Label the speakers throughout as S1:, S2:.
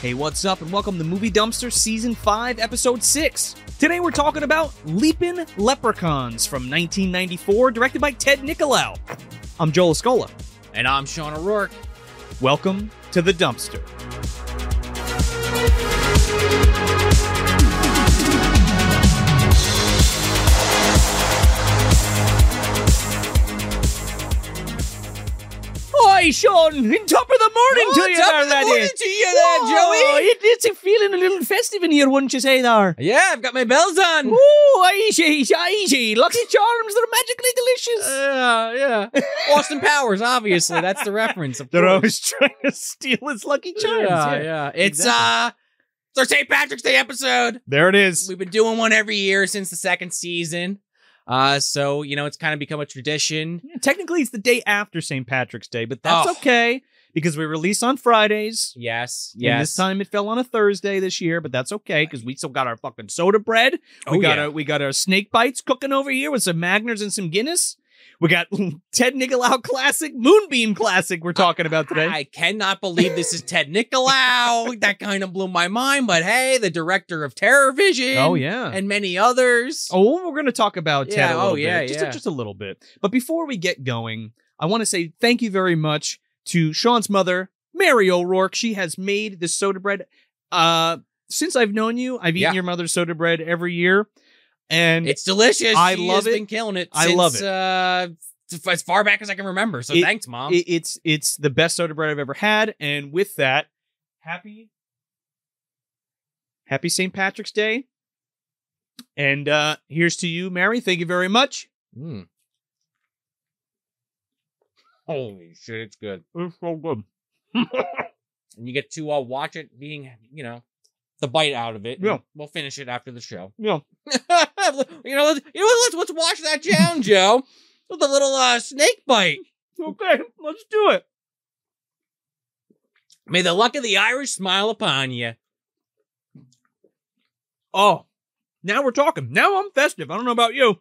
S1: Hey, what's up, and welcome to Movie Dumpster Season 5, Episode 6. Today we're talking about Leapin' Leprechauns from 1994, directed by Ted Nicolau. I'm Joel Escola.
S2: And I'm Sean O'Rourke.
S1: Welcome to the dumpster. Hi, Sean! Oh, In top of the morning to you there, laddie.
S2: to you there,
S1: Oh, it- it's a feeling a little festive in here, wouldn't you say there?
S2: Joey. Yeah, I've got my bells
S1: Mm.
S2: on.
S1: Ooh, easy, easy. Lucky Charms, they're magically delicious.
S2: yeah. Austin Powers, obviously. That's the reference. Of
S1: they're
S2: course.
S1: always trying to steal his Lucky Charms.
S2: Yeah,
S1: yeah.
S2: yeah. It's
S1: Exactly.
S2: uh it's our St. Patrick's Day episode.
S1: There it is.
S2: We've been doing one every year since the second season. Uh so, you know, it's kind of become a tradition.
S1: Yeah, technically, it's the day after St. Patrick's Day, but that's
S2: Oh.
S1: okay because we release on Fridays.
S2: Yes.
S1: And
S2: Yes.
S1: this time it fell on a Thursday this year, but that's okay because we still got our fucking soda bread. We
S2: Oh,
S1: got
S2: yeah.
S1: our, we got our snake bites cooking over here with some Magners and some Guinness. We got Ted Nicolau classic, Moonbeam classic. We're talking about today.
S2: I cannot believe this is Ted Nicolau. that kind of blew my mind, but hey, the director of Terror Vision.
S1: Oh yeah.
S2: And many others.
S1: oh, we're gonna talk about Ted
S2: Yeah,
S1: a
S2: oh,
S1: little
S2: yeah,
S1: bit, just,
S2: yeah.
S1: just a little bit. But before we get going, I want to say thank you very much to Sean's mother, Mary O'Rourke. She has made this soda bread. Uh, since I've known you, I've eaten
S2: Yeah.
S1: your mother's soda bread every year, and
S2: It's delicious.
S1: I
S2: She
S1: love
S2: has
S1: it.
S2: Been killing it.
S1: I
S2: since,
S1: love it.
S2: Uh, f- as far back as I can remember. So
S1: It-
S2: thanks, mom.
S1: it- it's it's the best soda bread I've ever had. And with that, happy Happy St. Patrick's Day. And uh here's to you, Mary. Thank you very much.
S2: Mm. Holy shit, it's good.
S1: It's so good.
S2: And you get to uh, watch it being, you know, the bite out of it.
S1: Yeah.
S2: We'll finish it after the show.
S1: Yeah.
S2: you know, let's, you know, let's let's wash that down, Joe. With a little uh, snake bite.
S1: Okay, let's do it.
S2: May the luck of the Irish smile upon you.
S1: Oh, now we're talking. Now I'm festive. I don't know about you.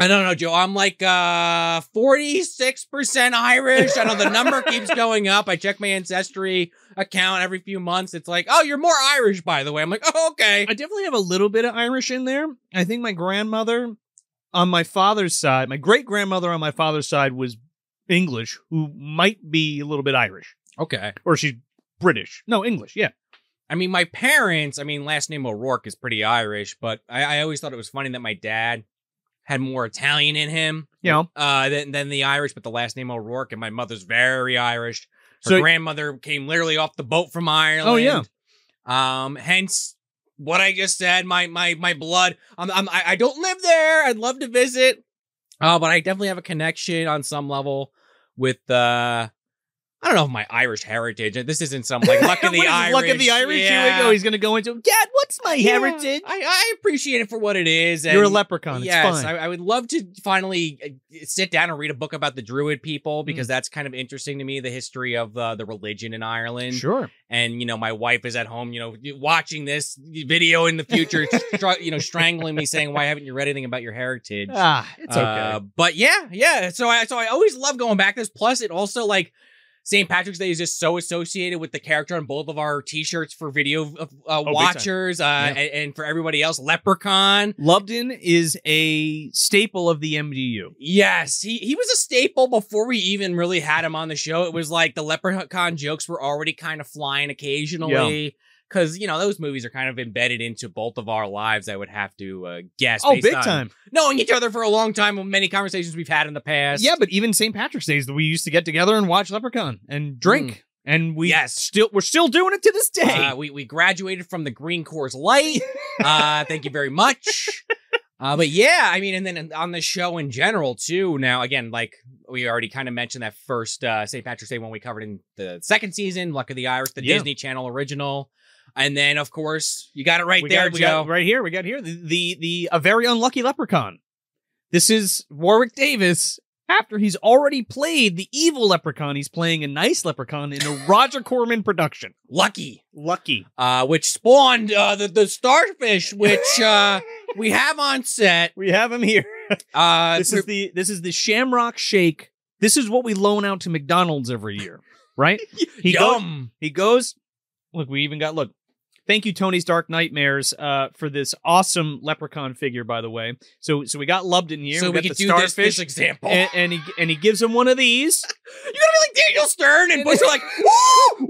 S2: I don't know, Joe. I'm like uh 46% Irish. I know the number keeps going up. I check my ancestry account every few months. It's like, oh, you're more Irish, by the way. I'm like, oh, okay.
S1: I definitely have a little bit of Irish in there. I think my grandmother on my father's side, my great grandmother on my father's side was English, who might be a little bit Irish,
S2: Okay.
S1: or she's British. No, English. Yeah.
S2: I mean, my parents, I mean, last name O'Rourke is pretty Irish, but I, I always thought it was funny that my dad had more Italian in him
S1: You know,
S2: uh, than, than the Irish, but the last name O'Rourke, and my mother's very Irish. Her
S1: So-
S2: grandmother came literally off the boat from Ireland.
S1: Oh, yeah.
S2: Um, hence what I just said. My my my blood. I'm, I'm I I don't live there. I'd love to visit. Uh, but I definitely have a connection on some level with uh I don't know if my Irish heritage. This isn't some like luck of the
S1: What is
S2: Irish.
S1: this, Luck of the Irish. Here we
S2: Yeah.
S1: go. He's going to go into, Dad, what's my
S2: Yeah.
S1: heritage?
S2: I, I appreciate it for what it is. And
S1: You're a leprechaun. it's
S2: yes, I,
S1: fine.
S2: I would love to finally uh, sit down and read a book about the Druid
S1: Mm.
S2: people because that's kind of interesting to me, the history of uh, the religion in Ireland.
S1: sure.
S2: And you know, my wife is at home, you know, watching this video in the future, str- you know, strangling me, saying, "Why haven't you read anything about your heritage?"
S1: Ah, it's okay.
S2: Uh, but yeah, yeah. So I so I always love going back to this. Plus, it also like St. Patrick's Day is just so associated with the character on both of our T-shirts for video uh, uh,
S1: Oh, time.
S2: watchers uh,
S1: Yeah.
S2: and, and for everybody else. Leprechaun.
S1: Lubden is a staple of the MDU.
S2: Yes, he he was a staple before we even really had him on the show. It was like the leprechaun jokes were already kind of flying occasionally. Cause you know those movies are kind of embedded into both of our lives. I would have to uh, guess.
S1: Oh,
S2: based
S1: big
S2: on
S1: time.
S2: Knowing each other for a long time, and many conversations we've had in the past.
S1: Yeah, but even St. Patrick's Days, we used to get together and watch Leprechaun and drink, and we
S2: Mm. Yes.
S1: still we're still doing it to this day.
S2: Uh, we we graduated from the Green Corps Light. Uh, thank you very much. Uh, but yeah, I mean, and then on the show in general too. Now again, like we already kind of mentioned that first uh, St. Patrick's Day one we covered in the second season, Luck of the Irish, the
S1: Yeah.
S2: Disney Channel original, and then of course you got it right
S1: We
S2: there,
S1: got, we
S2: Joe.
S1: got- right here. We got here the, the the a very unlucky Leprechaun. This is Warwick Davis. After he's already played the evil leprechaun, he's playing a nice leprechaun in a Roger Corman production.
S2: Lucky,
S1: Lucky.
S2: uh, which spawned uh, the the starfish, which uh, we have on set.
S1: We have him here.
S2: Uh,
S1: this is the this is the Shamrock Shake. This is what we loan out to McDonald's every year, right? He goes
S2: yum.
S1: he goes Look, we even got look. Thank you, Tony's Dark Nightmares, uh, for this awesome leprechaun figure, by the way. So, so we got Lubden here.
S2: so we,
S1: got
S2: could
S1: the
S2: do this,
S1: starfish,
S2: this example.
S1: and, and he and he gives him one of these.
S2: You're gonna be like Daniel Stern and Bush are like, woo,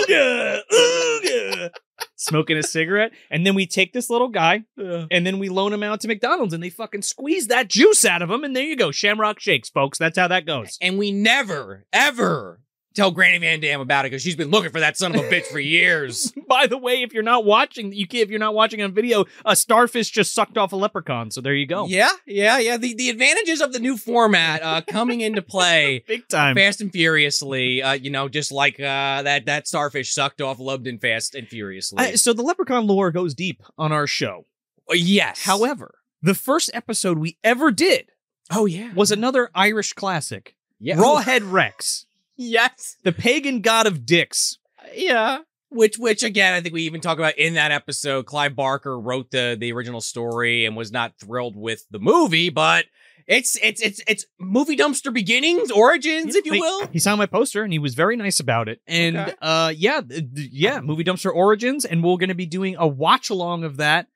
S2: woo.
S1: Ooga, ooga. Smoking a cigarette, and then we take this little guy, and then we loan him out to McDonald's, and they fucking squeeze that juice out of him, and there you go, Shamrock Shakes, folks. That's how that goes.
S2: And we never, ever tell Granny Van Dam about it because she's been looking for that son of a bitch for years.
S1: By the way, if you're not watching, you can, if you're not watching on video, a starfish just sucked off a leprechaun. So there you go,
S2: Yeah, yeah, yeah. The the advantages of the new format uh, coming into play
S1: big time.
S2: fast and furiously. Uh, you know, just like uh, that that starfish sucked off Lubden fast and furiously.
S1: I- so the leprechaun lore goes deep on our show.
S2: Uh, yes.
S1: However, the first episode we ever did
S2: oh yeah,
S1: was another Irish classic,
S2: yeah.
S1: Rawhead Rex,
S2: Yes.
S1: the pagan god of dicks.
S2: Yeah. Which, which again, I think we even talk about in that episode. Clive Barker wrote the the original story and was not thrilled with the movie, but it's it's it's it's movie dumpster beginnings, origins, if you
S1: They-
S2: will.
S1: He saw my poster and he was very nice about it. And
S2: Okay.
S1: uh, yeah, th- th- yeah, movie dumpster origins, and we're going to be doing a watch along of that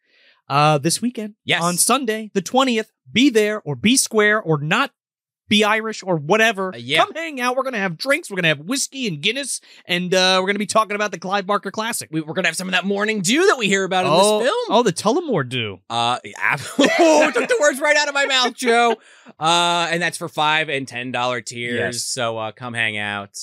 S1: uh, this weekend
S2: Yes.
S1: on Sunday the twentieth. Be there or be square or not be Irish or whatever.
S2: Uh, yeah.
S1: Come hang out. We're going to have drinks. We're going to have whiskey and Guinness, and uh, we're going to be talking about the Clive Barker classic.
S2: we, we're gonna have some of that morning dew that we hear about in
S1: oh,
S2: this film.
S1: oh, the Tullamore do.
S2: Uh, ab- oh, took the words right out of my mouth, Joe. Uh, and that's for five and ten dollar tiers.
S1: Yes.
S2: So uh, come hang out.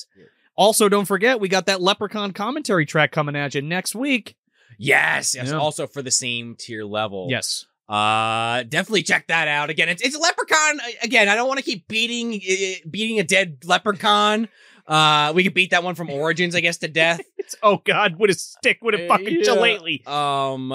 S1: Also, don't forget we got that Leprechaun commentary track coming at you next week.
S2: Yes, yes.
S1: Yeah.
S2: Also for the same tier level.
S1: Yes.
S2: Uh, definitely check that out. Again, it's it's Leprechaun. Again, I don't want to keep beating eh, beating a dead Leprechaun. Uh, we could beat that one from Origins, I guess, to death.
S1: It's oh god, what a stick, what a
S2: Uh,
S1: fucking
S2: yeah.
S1: shillelagh.
S2: Um,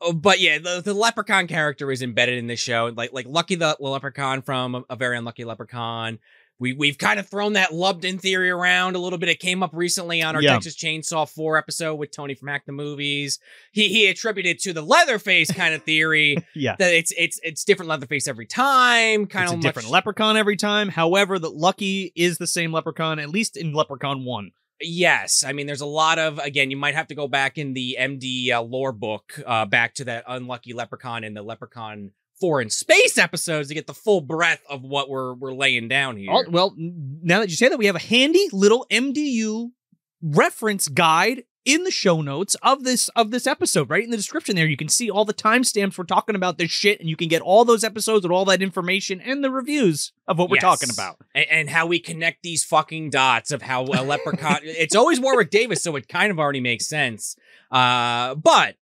S2: oh, but yeah, the, the Leprechaun character is embedded in this show. Like like Lucky the Leprechaun from a very unlucky Leprechaun. We we've kind of thrown that Lubden theory around a little bit. It came up recently on our
S1: Yeah.
S2: Texas Chainsaw Four episode with Tony from Hack the Movies. He he attributed to the Leatherface kind of theory.
S1: Yeah.
S2: that it's it's it's different Leatherface every time. Kind
S1: it's
S2: of
S1: a different leprechaun every time. However, the Lucky is the same leprechaun, at least in Leprechaun 1.
S2: Yes, I mean, there's a lot of again. You might have to go back in the MD uh, lore book, uh, back to that unlucky leprechaun and the leprechaun four in space episodes to get the full breadth of what we're we're laying down here.
S1: Oh, well, n- now that you say that, we have a handy little MDU reference guide in the show notes of this of this episode, right in the description there. You can see all the timestamps we're talking about this shit, and you can get all those episodes and all that information and the reviews of what we're
S2: Yes.
S1: talking about.
S2: and, and how we connect these fucking dots of how a leprechaun it's always warwick davis so it kind of already makes sense uh but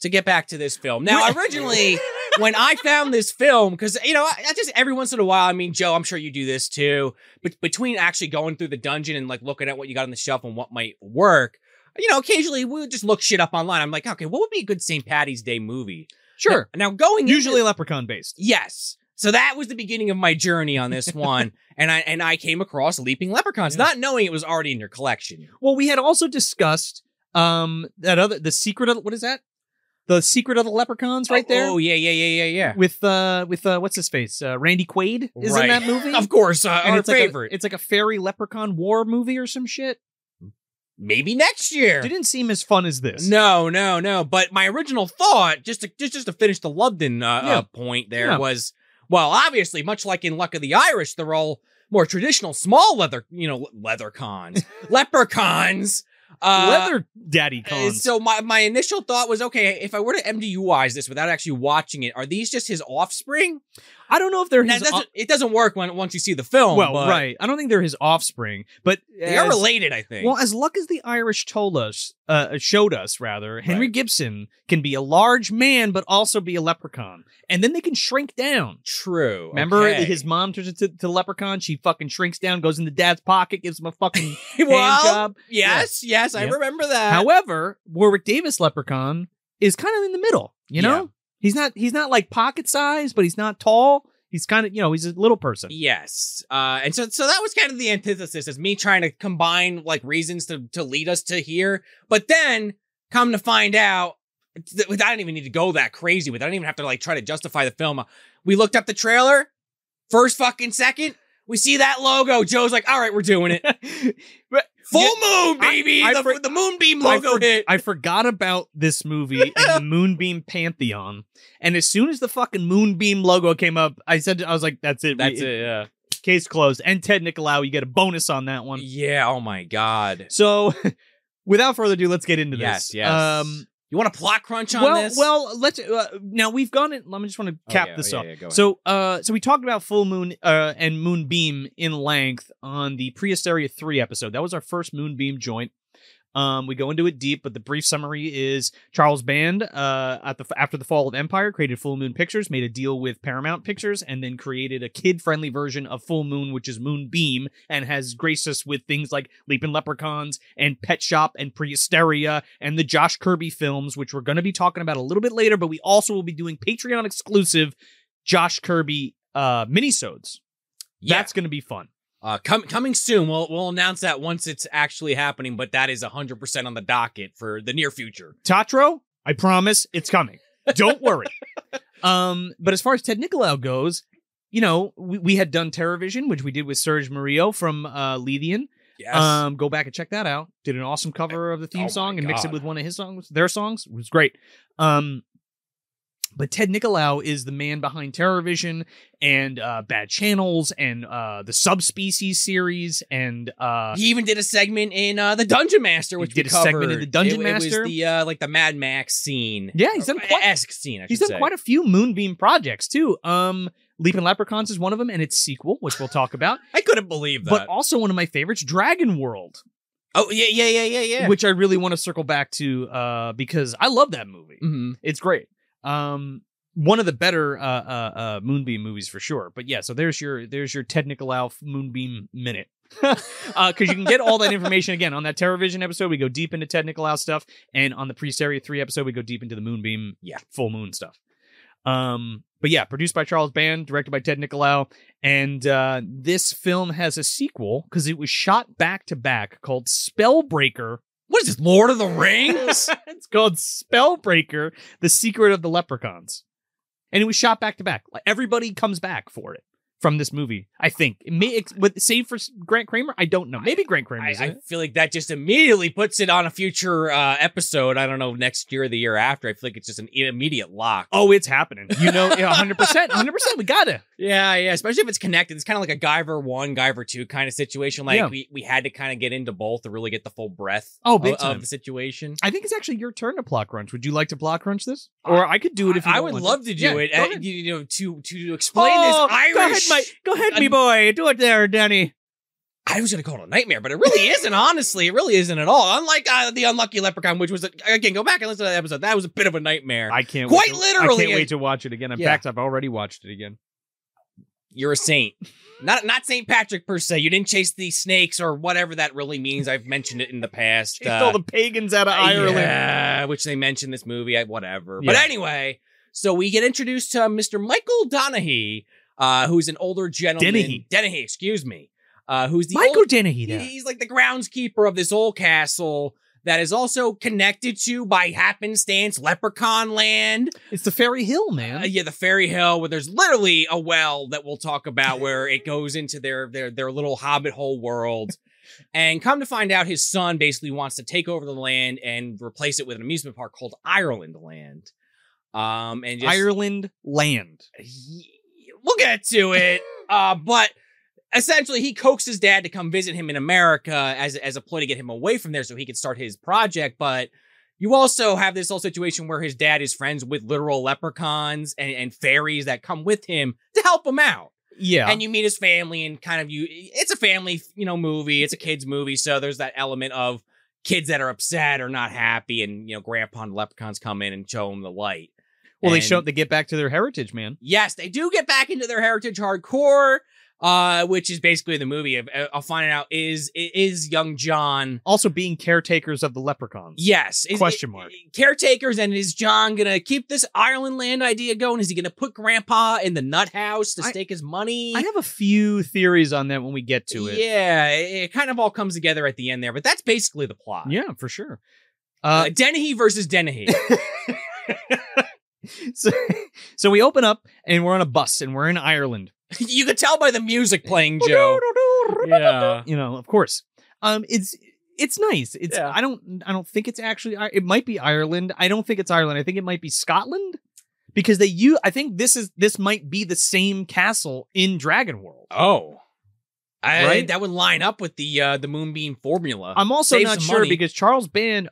S2: to get back to this film now originally when i found this film because you know I, I just every once in a while i mean joe i'm sure you do this too but between actually going through the dungeon and like looking at what you got on the shelf and what might work you know occasionally we would just look shit up online i'm like okay what would be a good st patty's day movie
S1: Sure.
S2: now, now going into-
S1: Usually leprechaun based.
S2: Yes. So that was the beginning of my journey on this one, and I and I came across Leaping Leprechauns,
S1: Yeah.
S2: not knowing it was already in your collection.
S1: Well, we had also discussed um that other the secret of what is that? The secret of the leprechauns right there.
S2: Oh yeah, yeah, yeah, yeah,
S1: with uh with uh what's his face uh randy quaid is
S2: Right.
S1: in that movie
S2: yeah. Of course, uh,
S1: And
S2: our
S1: it's
S2: favorite.
S1: like a, it's like a fairy leprechaun war movie or some shit
S2: Maybe next year.
S1: didn't seem as fun as this
S2: No, no, no. But my original thought, just to just just to finish the Lubden uh,
S1: Yeah.
S2: uh, point there,
S1: Yeah.
S2: was well, obviously, much like in Luck of the Irish, they're all more traditional small leather, you know, leather cons, leprechauns. Uh,
S1: leather daddy
S2: Uh,
S1: cons
S2: So my, my initial thought was, okay, if I were to MDUIs this without actually watching it, are these just his offspring?
S1: i don't know if they're
S2: Now,
S1: his
S2: it doesn't- it doesn't work when once you see the film.
S1: well
S2: but
S1: right i don't think they're his offspring but
S2: They are
S1: as-
S2: related, I think.
S1: well as luck as the irish told us uh showed us rather henry
S2: Right.
S1: gibson can be a large man but also be a leprechaun and then they can shrink down
S2: True.
S1: Remember,
S2: okay.
S1: his mom turns into to leprechaun. She fucking shrinks down, goes into dad's pocket, gives him a fucking hand
S2: Well, uh,
S1: job.
S2: yes, yes, I
S1: Yeah.
S2: remember that.
S1: However, Warwick Davis Leprechaun is kind of in the middle. You know,
S2: Yeah.
S1: he's not he's not like pocket size, but he's not tall. He's kind of you know he's a little person.
S2: Yes. Uh, and so so that was kind of the antithesis is me trying to combine like reasons to to lead us to here. But then come to find out th- I didn't even need to go that crazy with. it. I didn't even have to like try to justify the film. uh, We looked up the trailer, first fucking second, we see that logo. Joe's like, all right, we're doing it.
S1: But
S2: Full moon, baby.
S1: I
S2: the,
S1: for-
S2: the moonbeam
S1: I,
S2: logo
S1: for-
S2: hit.
S1: I forgot about this movie in the Moonbeam Pantheon, and as soon as the fucking Moonbeam logo came up, I said, "I was like, that's it.
S2: That's
S1: We-
S2: it. Yeah.
S1: Case closed." And Ted Nicolau, you get a bonus on that one.
S2: Yeah. Oh my god.
S1: So, without further ado, let's get into
S2: Yes.
S1: this. Um,
S2: Yes. you want a plot crunch on
S1: well,
S2: this?
S1: well, let's. Uh, now we've gone. In, let me just want to
S2: Oh,
S1: cap
S2: yeah,
S1: this
S2: yeah,
S1: off.
S2: yeah, go ahead.
S1: So, uh, so we talked about full moon uh, and moonbeam in length on the Prehysteria three episode. That was our first moonbeam joint. Um, we go into it deep, but the brief summary is Charles Band, uh, at the after the fall of Empire, created Full Moon Pictures, made a deal with Paramount Pictures, and then created a kid-friendly version of Full Moon, which is Moonbeam, and has graced us with things like Leaping Leprechauns and Pet Shop and Prehysteria and the Josh Kirby films, which we're going to be talking about a little bit later. But we also will be doing Patreon exclusive Josh Kirby uh minisodes.
S2: yeah.
S1: That's going to be fun.
S2: Uh, com- coming soon. We'll we'll announce that once it's actually happening, but that is 100% on the docket for the near future.
S1: Tatro, I promise it's coming. Don't worry. um, but as far as Ted Nicolau goes, you know, we, we had done TerraVision, which we did with Serge Murillo from uh, Lethian.
S2: Yes.
S1: Um, go back and check that out. Did an awesome cover of the
S2: Oh
S1: theme
S2: my
S1: song and mixed it
S2: God.
S1: with one of his songs, their songs. It was great. Um, but Ted Nicolau is the man behind TerraVision and uh, Bad Channels and uh, the Subspecies series and uh,
S2: he even did a segment in uh, the Dungeon Master,
S1: He
S2: which
S1: did
S2: we
S1: a segment in
S2: covered.
S1: the Dungeon
S2: It- It
S1: Master.
S2: was the uh, like the Mad Max scene.
S1: Yeah, he's done
S2: Or
S1: quite-
S2: esque scene. I
S1: He's
S2: should
S1: done
S2: say.
S1: quite a few Moonbeam projects too. Um, Leaping Leprechauns is one of them, and its sequel, which we'll talk about.
S2: I couldn't believe that.
S1: but also one of my favorites, Dragon World,
S2: oh yeah, yeah, yeah, yeah, yeah.
S1: which I really want to circle back to uh, because I love that movie.
S2: Mhm.
S1: It's great. Um, one of the better uh, uh, uh, Moonbeam movies for sure. But yeah, so there's your there's your Ted Nicolau Moonbeam minute. Because you can get all that information again on that TerraVision episode. We go deep into Ted Nicolau stuff, and on the pre-seria three episode, we go deep into the Moonbeam,
S2: Yeah.
S1: full moon stuff. Um, but yeah, produced by Charles Band, directed by Ted Nicolau, and uh, this film has a sequel because it was shot back to back called Spellbreaker
S2: What is this, Lord of the Rings?
S1: it's called Spellbreaker: The Secret of the Leprechauns, and it was shot back to back. Like, Everybody comes back for it from this movie. I think, it may, ex- with save for Grant Kramer, I don't know. Maybe Grant Kramer.
S2: I,
S1: is in
S2: I
S1: it.
S2: feel like that just immediately puts it on a future uh, episode. I don't know next year or the year after. I feel like it's just an immediate lock.
S1: Oh, it's happening. You know, yeah, 100%. 100%. We got to.
S2: Yeah, yeah. Especially if it's connected. It's kind of like a Guyver one, Guyver two kind of situation. Like
S1: Yeah.
S2: we, we had to kind of get into both to really get the full breadth
S1: Oh,
S2: of,
S1: big
S2: of
S1: time.
S2: the situation.
S1: I think it's actually your turn to plot crunch. Would you like to plot crunch this? Or I could do it if you
S2: I, I
S1: don't
S2: would
S1: want
S2: love to do
S1: Yeah,
S2: it.
S1: go
S2: uh,
S1: ahead.
S2: you, you know, to to explain
S1: Oh,
S2: this Irish.
S1: Go ahead, my, go ahead, me boy. Do it there, Danny.
S2: I was going to call it a nightmare, but it really isn't. Honestly, it really isn't at all. Unlike uh, the unlucky leprechaun, which was a, again, go back and listen to that episode. That was a bit of a nightmare.
S1: I can't
S2: Quite
S1: wait to, I
S2: literally.
S1: can't wait to watch it again. In
S2: Yeah.
S1: fact, I've already watched it again.
S2: You're a saint. Not not Saint Patrick per se. You didn't chase the snakes or whatever that really means. I've mentioned it in the past.
S1: Chased
S2: uh,
S1: all the pagans out of Ireland.
S2: Yeah, which they mentioned this movie, I- whatever. But
S1: Yeah.
S2: anyway, so we get introduced to Mr. Michael Donaghy, uh, who's an older gentleman.
S1: Dennehy.
S2: Dennehy, excuse me. Uh, who's the
S1: Michael
S2: old-
S1: Dennehy.
S2: he-
S1: there.
S2: he's like the groundskeeper of this old castle that is also connected to by happenstance Leprechaun Land.
S1: It's the Fairy Hill, man.
S2: Uh, yeah, the fairy hill where there's literally a well that we'll talk about where it goes into their their their little hobbit hole world. And come to find out his son basically wants to take over the land and replace it with an amusement park called Ireland Land. Um and just
S1: Ireland land.
S2: he- we'll get to it. uh, but essentially, he coaxed his dad to come visit him in America as as a ploy to get him away from there so he could start his project. But you also have this whole situation where his dad is friends with literal leprechauns and, and fairies that come with him to help him out.
S1: Yeah.
S2: And you meet his family and kind of you. It's a family, you know, movie. It's a kids movie, so there's that element of kids that are upset or not happy, and you know, Grandpa and the leprechauns come in and show him the light.
S1: well, they
S2: and-
S1: show they get back to their heritage, man.
S2: Yes, they do get back into their heritage hardcore, uh, which is basically the movie of uh, of finding out is is young John.
S1: Also being caretakers of the leprechauns.
S2: Yes. Is,
S1: Question mark.
S2: Caretakers and is John gonna keep this Ireland land idea going? Is he gonna put Grandpa in the nut house to
S1: I-
S2: stake his money?
S1: I have a few theories on that when we get to it.
S2: Yeah, it, it kind of all comes together at the end there, but that's basically the plot.
S1: Yeah, for sure.
S2: Uh,
S1: Uh,
S2: Dennehy versus Dennehy.
S1: so, so we open up and we're on a bus and we're in Ireland. Oh,
S2: you could tell by the music playing, Joe. yeah.
S1: You know, of course. Um, it's it's nice. It's
S2: Yeah.
S1: I don't I don't think it's actually I- it might be Ireland. I don't think it's Ireland. I think it might be Scotland because they you I think this is this might be the same castle in Dragon World.
S2: Oh, I,
S1: Right?
S2: that would line up with the uh, the Moonbeam formula.
S1: I'm also
S2: Save
S1: not
S2: some
S1: sure
S2: money.
S1: because Charles Band's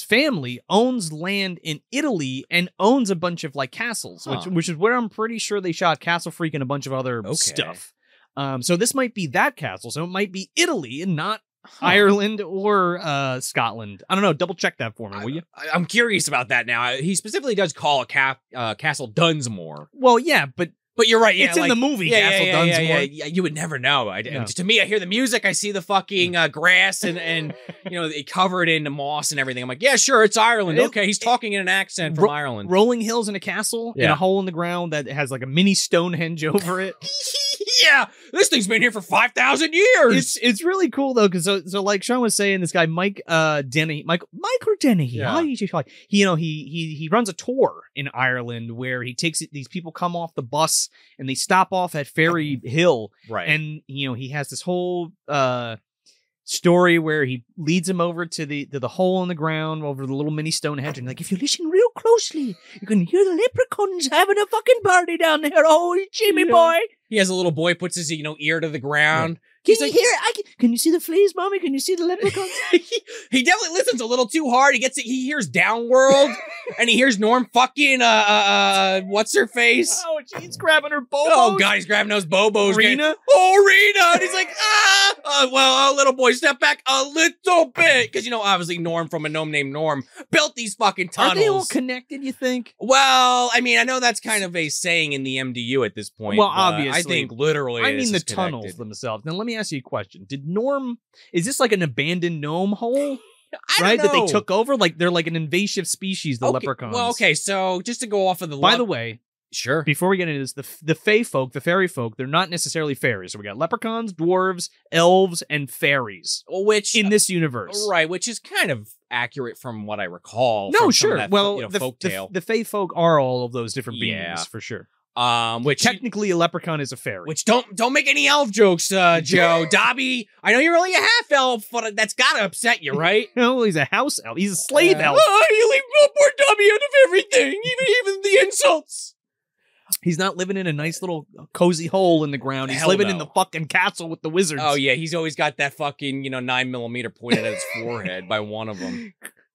S1: family owns land in Italy and owns a bunch of like castles,
S2: Huh.
S1: which which is where I'm pretty sure they shot Castle Freak and a bunch of other
S2: Okay.
S1: stuff. Um, so this might be that castle. So it might be Italy and not
S2: Huh.
S1: Ireland or uh, Scotland. I don't know. Double check that for me, will you?
S2: I, am curious about that now. I- He specifically does call a cap, uh, Castle Dunsmore,
S1: Well, yeah, but
S2: but you're right. Yeah,
S1: it's in
S2: like-
S1: the movie
S2: yeah,
S1: Castle
S2: yeah, yeah,
S1: Dunsmore.
S2: yeah, yeah, you would never know. I,
S1: No.
S2: To me, I hear the music, I see the fucking uh, grass and and you know it covered in moss and everything. I'm like, yeah, sure, it's Ireland.
S1: It-
S2: okay, he's talking in an accent from
S1: Ro-
S2: Ireland.
S1: Rolling hills and a castle and
S2: Yeah.
S1: a hole in the ground that has like a mini Stonehenge over it.
S2: yeah, this thing's been here for five thousand years.
S1: it's it's really cool though because so, so like Sean was saying, this guy Mike uh Denny, Mike Michael Denny,
S2: Yeah.
S1: how do you call it? He you know he he he runs a tour in Ireland where he takes it. These people come off the bus and they stop off at Ferry Hill,
S2: right.
S1: and you know he has this whole uh story where he leads him over to the to the hole in the ground over the little mini Stonehenge, and like if you listen real closely, you can hear the leprechauns having a fucking party down there. Oh, Jimmy
S2: Yeah.
S1: boy.
S2: he has a little boy puts his you know ear to the ground.
S1: Can
S2: He's
S1: you
S2: like-
S1: hear? it? I can, can you see the fleas, mommy? Can you see the leprechauns?
S2: he, he definitely listens a little too hard. He gets it. He hears Downworld, and he hears Norm fucking uh, uh uh, what's her face?
S1: Oh, she's grabbing her bobos.
S2: Oh god, he's grabbing those bobos. again.
S1: Rena.
S2: Oh Rena, and he's like ah. Uh, well, uh, little boy, step back a little bit because you know obviously Norm from a gnome named Norm built these fucking
S1: Are they all
S2: tunnels.
S1: connected? You think?
S2: well, I mean, I know that's kind of a saying in the MDU at this point.
S1: Well,
S2: but I
S1: obviously.
S2: think literally.
S1: I
S2: this
S1: mean the
S2: is connected.
S1: tunnels themselves. Now let me ask you a question. Did Norm? Is this like an abandoned gnome hole?
S2: I don't
S1: right that they
S2: know.
S1: took over? Like they're like an invasive species, the
S2: okay.
S1: leprechauns.
S2: Well, okay, so just to go off of the
S1: By
S2: lep-
S1: the way,
S2: sure,
S1: before we get into this, the the fae folk, the fairy folk, they're not necessarily fairies. So we got leprechauns, dwarves, elves, and fairies
S2: which uh,
S1: in this universe.
S2: Right, which is kind of accurate from what I recall.
S1: No,
S2: from some
S1: sure.
S2: of that,
S1: well,
S2: you know,
S1: the, the
S2: folktale.
S1: the fae folk are all of those different beings
S2: Yeah.
S1: for sure.
S2: um, which
S1: Technically, a leprechaun is a fairy.
S2: which don't don't make any elf jokes, uh, Joe Dobby. I know you're only a half elf, but that's gotta upset you, right?
S1: No, he's a house elf. He's a slave
S2: Uh,
S1: elf.
S2: Oh, you leave oh, poor Dobby out of everything, even even the insults.
S1: He's not living in a nice little uh, cozy hole in the ground. He's
S2: Hell
S1: living
S2: no.
S1: in the fucking castle with the wizards.
S2: Oh yeah, he's always got that fucking you know nine millimeter pointed at his forehead by one of them.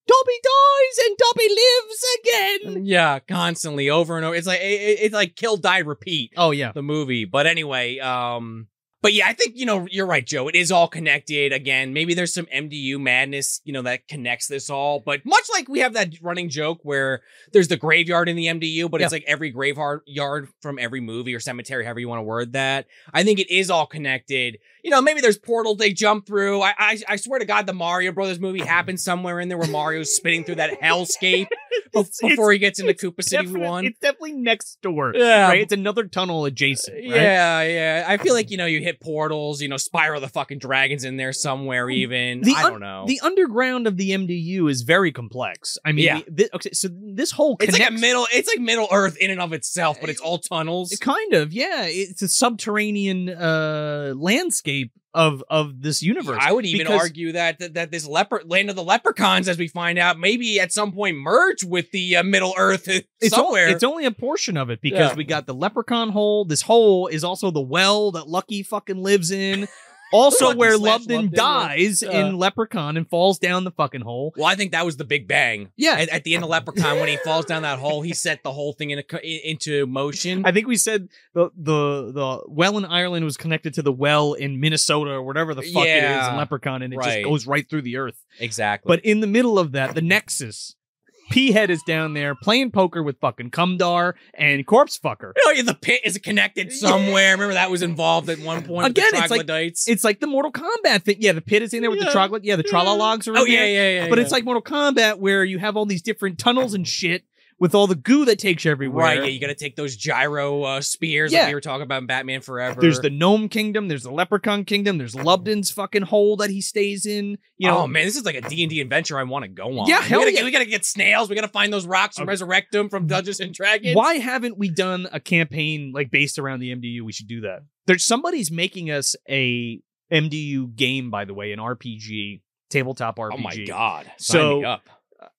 S1: Dobby dies and Dobby lives again.
S2: Yeah, constantly over and over. It's like it- it- it's like kill, die, repeat.
S1: Oh yeah.
S2: the movie. But anyway, um but yeah, I think you know you're right, Joe. It is all connected again. Maybe there's some MDU madness, you know, that connects this all. But much like we have that running joke where there's the graveyard in the MDU, but it's like every graveyard yard from every movie or cemetery, however you want to word that. I think it is all connected. You know, maybe there's portals they jump through. I I, I swear to God, the Mario Brothers movie happened somewhere in there where Mario's spinning through that hellscape be-
S1: It's-
S2: before he gets into
S1: it's
S2: Koopa City
S1: definite-
S2: One.
S1: It's definitely next door.
S2: Yeah, Uh,
S1: Right? It's another tunnel adjacent. Right?
S2: yeah, yeah. I feel like you know you hit portals, you know, spiral the fucking dragons in there somewhere. Even
S1: The
S2: I
S1: un-
S2: don't know.
S1: The underground of the MDU is very complex. I mean,
S2: Yeah.
S1: the, thi- okay, so this whole
S2: it's like a
S1: connect-
S2: middle. It's like Middle Earth in and of itself, but it's all tunnels.
S1: kind of, yeah. It's a subterranean uh, landscape of of this universe.
S2: I would even
S1: because-
S2: argue that, that that this leper land of the leprechauns, as we find out, maybe at some point merge with the uh, Middle Earth
S1: it's o-
S2: somewhere.
S1: it's only a portion of it because
S2: Yeah.
S1: we got the leprechaun hole. This hole is also the well that Lucky fucking lives in. Also,
S2: Lucky
S1: where
S2: slash
S1: Lubden,
S2: Lubden,
S1: dies
S2: yeah.
S1: in Leprechaun and falls down the fucking hole.
S2: well, I think that was the Big Bang.
S1: Yeah,
S2: At, at the end of Leprechaun, when he falls down that hole, he set the whole thing in a, co- in- into motion.
S1: I think we said the the the well in Ireland was connected to the well in Minnesota or whatever the fuck it is in
S2: Yeah.
S1: Leprechaun, and it just
S2: Right.
S1: goes right through the earth.
S2: exactly.
S1: But in the middle of that, the Nexus. P head is down there playing poker with fucking Cumdar and Corpse Fucker.
S2: Oh, yeah, the pit is connected somewhere. Remember that was involved at one point.
S1: Again,
S2: with the
S1: it's like-
S2: troglodytes.
S1: It's like the Mortal Kombat thing. Yeah, the pit is in there with the
S2: Yeah.
S1: troglodyte. Yeah, the
S2: Yeah.
S1: trolologs are in
S2: oh yeah,
S1: there.
S2: yeah, yeah.
S1: But
S2: yeah.
S1: it's like Mortal Kombat where you have all these different tunnels and shit with all the goo that takes you everywhere.
S2: right, yeah, you got to take those gyro uh, spears
S1: Yeah.
S2: like we were talking about in Batman Forever.
S1: There's the Gnome Kingdom. There's the Leprechaun Kingdom. There's Lubden's fucking hole that he stays in. You know,
S2: oh man, this is like a D and D adventure I want to go on.
S1: Yeah,
S2: we
S1: hell
S2: gotta,
S1: yeah.
S2: Get, we gotta get snails. We gotta find those rocks and
S1: Okay.
S2: resurrect them from Dungeons and Dragons.
S1: why haven't we done a campaign like based around the MDU? We should do that. There's somebody's making us a MDU game, by the way, an RPG. tabletop RPG.
S2: Oh my god!
S1: So-
S2: Sign me up.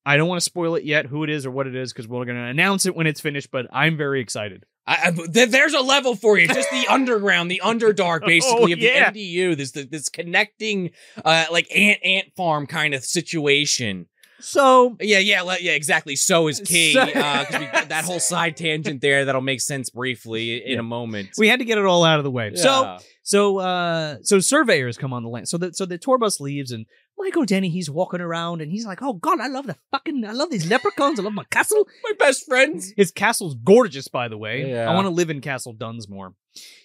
S1: I don't want to spoil it yet, who it is or what it is, because we're going to announce it when it's finished. But I'm very excited.
S2: I, I- th- there's a level for you. Just the underground, the underdark, basically
S1: Oh,
S2: of
S1: yeah.
S2: the MDU. This this- this connecting, uh, like ant ant farm kind of situation.
S1: So
S2: Yeah, yeah, le- yeah, exactly. So is king.
S1: So-
S2: uh, 'cause we, that whole side tangent there that'll make sense briefly in
S1: Yeah.
S2: a moment.
S1: we had to get it all out of the way. So
S2: Yeah.
S1: So uh so surveyors come on the land. So the so the tour bus leaves and Michael Denny, he's walking around and he's like, Oh god, I love the fucking I love these leprechauns, I love my castle.
S2: my best friends.
S1: His castle's gorgeous, by the way.
S2: Yeah.
S1: I want to live in Castle Dunsmore.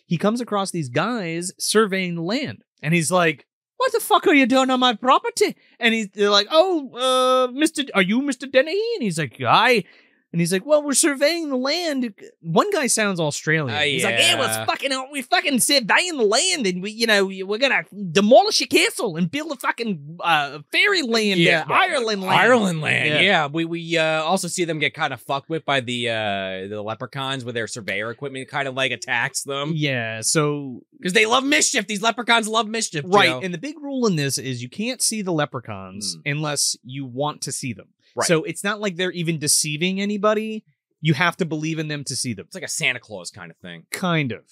S1: He comes across these guys surveying the land, and he's like, What the fuck are you doing on my property? And he's they're like, Oh, uh, Mr. Are you Mr. Dennehy? And he's like, I and he's like, Well, we're surveying the land. One guy sounds Australian.
S2: Ah,
S1: he's like, Yeah,
S2: yeah.
S1: we're fucking we're fucking surveying the land and we you know, we're gonna demolish your castle and build a fucking uh fairyland
S2: Yeah,
S1: there, Ireland land.
S2: Ireland land. Yeah,
S1: Yeah.
S2: we we uh, also see them get kind of fucked with by the uh, the leprechauns with their surveyor equipment, kind of like attacks them
S1: Yeah, so
S2: because they love mischief. These leprechauns love mischief,
S1: Right.
S2: Joe.
S1: And the big rule in this is you can't see the leprechauns
S2: Mm.
S1: unless you want to see them.
S2: Right.
S1: So it's not like they're even deceiving anybody. You have to believe in them to see them.
S2: It's like a Santa Claus kind of thing.
S1: Kind of.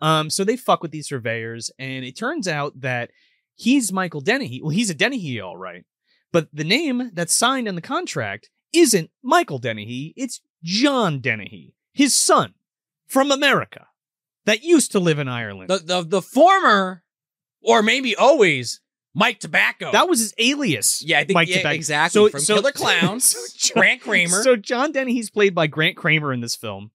S1: Um, so they fuck with these surveyors, and it turns out that he's Michael Dennehy. Well, he's a Dennehy, all right. But the name that's signed on the contract isn't Michael Dennehy, it's John Dennehy, his son from America that used to live in Ireland.
S2: The the the former, or maybe always Mike Tobacco.
S1: that was his alias.
S2: yeah, I think
S1: Mike
S2: yeah,
S1: Tobacco.
S2: exactly
S1: So-
S2: from
S1: so-
S2: Killer Clowns.
S1: so John-
S2: Grant Kramer,
S1: So John Dennehy's played by Grant Kramer in this film.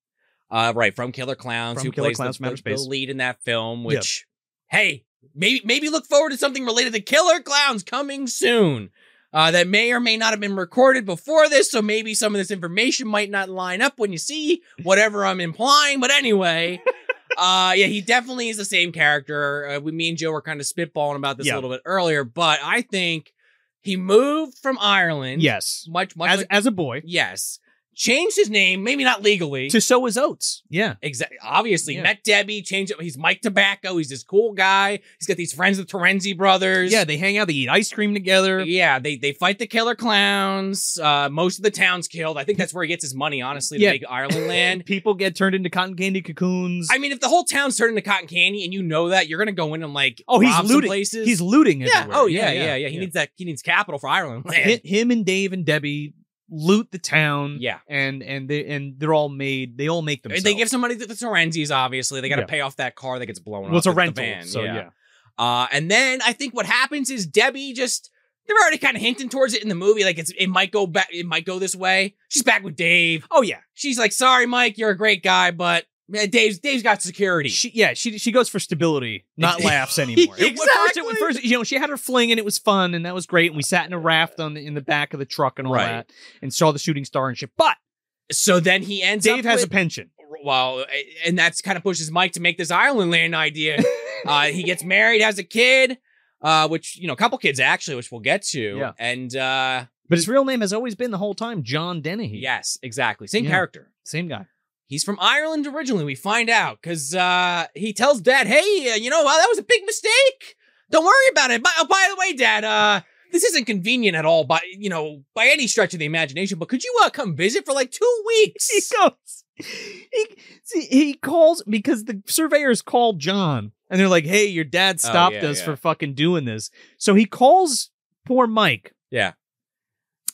S2: uh, right from Killer Clowns,
S1: From
S2: who
S1: Killer
S2: plays the-
S1: Clowns from
S2: the,
S1: Outer
S2: the
S1: Space.
S2: lead in that film.
S1: Yeah.
S2: Which, hey, maybe maybe look forward to something related to Killer Clowns coming soon. Uh, that may or may not have been recorded before this, so maybe some of this information might not line up when you see whatever I'm implying. But anyway, uh, yeah, he definitely is the same character. Uh, we, me and Joe were kind of spitballing about this
S1: Yeah.
S2: a little bit earlier, but I think he moved from Ireland.
S1: Yes,
S2: much much
S1: as
S2: like-
S1: as a boy
S2: yes, changed his name, maybe not legally
S1: to sow his oats. Yeah,
S2: Exactly. Obviously,
S1: Yeah.
S2: met Debbie, changed up. He's Mike Tobacco. He's this cool guy. He's got these friends, the Terenzi brothers.
S1: yeah. They hang out. They eat ice cream together.
S2: Yeah, they they fight the killer clowns. Uh, most of the town's killed. I think that's where he gets his money, honestly, to
S1: Yeah.
S2: make Ireland land.
S1: People get turned into cotton candy cocoons.
S2: I mean, if the whole town's turned into cotton candy and you know that, you're gonna go in and like
S1: Oh, he's
S2: rob some
S1: looting.
S2: places.
S1: He's looting.
S2: yeah.
S1: everywhere.
S2: Oh yeah, yeah, yeah. He needs that. He needs capital for Ireland land.
S1: Hi- him and Dave and Debbie loot the town.
S2: yeah.
S1: and and they and they're all made. They all make themselves.
S2: They give some money to the Torenzis, obviously. They got to
S1: Yeah.
S2: pay off that car that gets blown up.
S1: well, it's a
S2: the- the
S1: rental.
S2: van.
S1: so yeah.
S2: Uh, and then I think what happens is Debbie just they're already kind of hinting towards it in the movie, like it's it might go back, it might go this way. She's back with Dave.
S1: Oh yeah.
S2: She's like, "Sorry, Mike, you're a great guy, but eh, Dave's Dave's got security."
S1: She yeah she she goes for stability, not laughs anymore. It- At first, it,
S2: Exactly.
S1: at first, you know, she had her fling and it was fun and that was great. And we sat in a raft on the, in the back of the truck and all
S2: Right.
S1: that, and saw the shooting star and shit. But
S2: so then he ends
S1: Dave
S2: up
S1: has a
S2: with,
S1: pension.
S2: well, eh, and that's kind of pushes Mike to make this Ireland land idea. uh, he gets married, has a kid, uh, which you know, a couple kids actually, which we'll get to.
S1: Yeah.
S2: And uh,
S1: But his real name has always been the whole time John Dennehy.
S2: yes, exactly, same
S1: Yeah.
S2: character.
S1: Same guy.
S2: He's from Ireland originally, we find out, because uh, he tells dad, hey, uh, you know, uh, that was a big mistake. Don't worry about it. By, oh, by the way, dad, uh, this isn't convenient at all by, you know, by any stretch of the imagination, but could you uh, come visit for like two weeks?
S1: He goes. He, see, he calls because the surveyors called John and they're like, hey, your dad
S2: Oh,
S1: stopped
S2: yeah,
S1: us
S2: yeah.
S1: for fucking doing this. So he calls poor Mike.
S2: Yeah.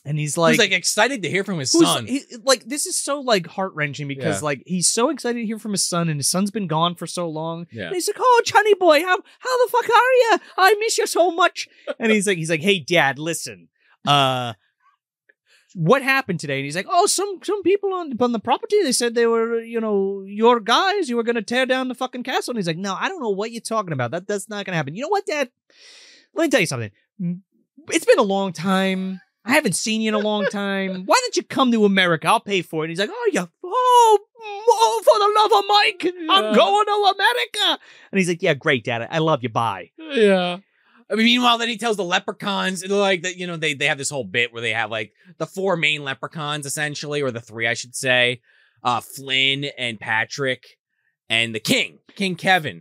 S1: And he's
S2: He's
S1: like,
S2: like excited to hear from his
S1: Who's-
S2: son.
S1: he- like this is so like heart wrenching because
S2: Yeah.
S1: like he's so excited to hear from his son, and his son's been gone for so long.
S2: Yeah.
S1: And he's like, "Oh, Johnny boy, how how the fuck are you? I miss you so much." And he's like, "He's like, hey, dad, listen, uh." What happened today? And he's like, "Oh, some some people on on the property. They said they were, you know, your guys. You were going to tear down the fucking castle." And he's like, "No, I don't know what you're talking about. That that's not going to happen. You know what, Dad? Let me tell you something. It's been a long time. I haven't seen you in a long time. Why don't you come to America? I'll pay for it. And he's like, oh, you, oh, oh, for the love of Mike,
S2: Yeah.
S1: I'm going to America. And he's like, yeah, great, Dad. I- I love you. Bye.
S2: Yeah. I mean, meanwhile, then he tells the leprechauns and, like that. You know, they they have this whole bit where they have like the four main leprechauns essentially, or the three, I should say, uh, Flynn and Patrick, and the King, King Kevin.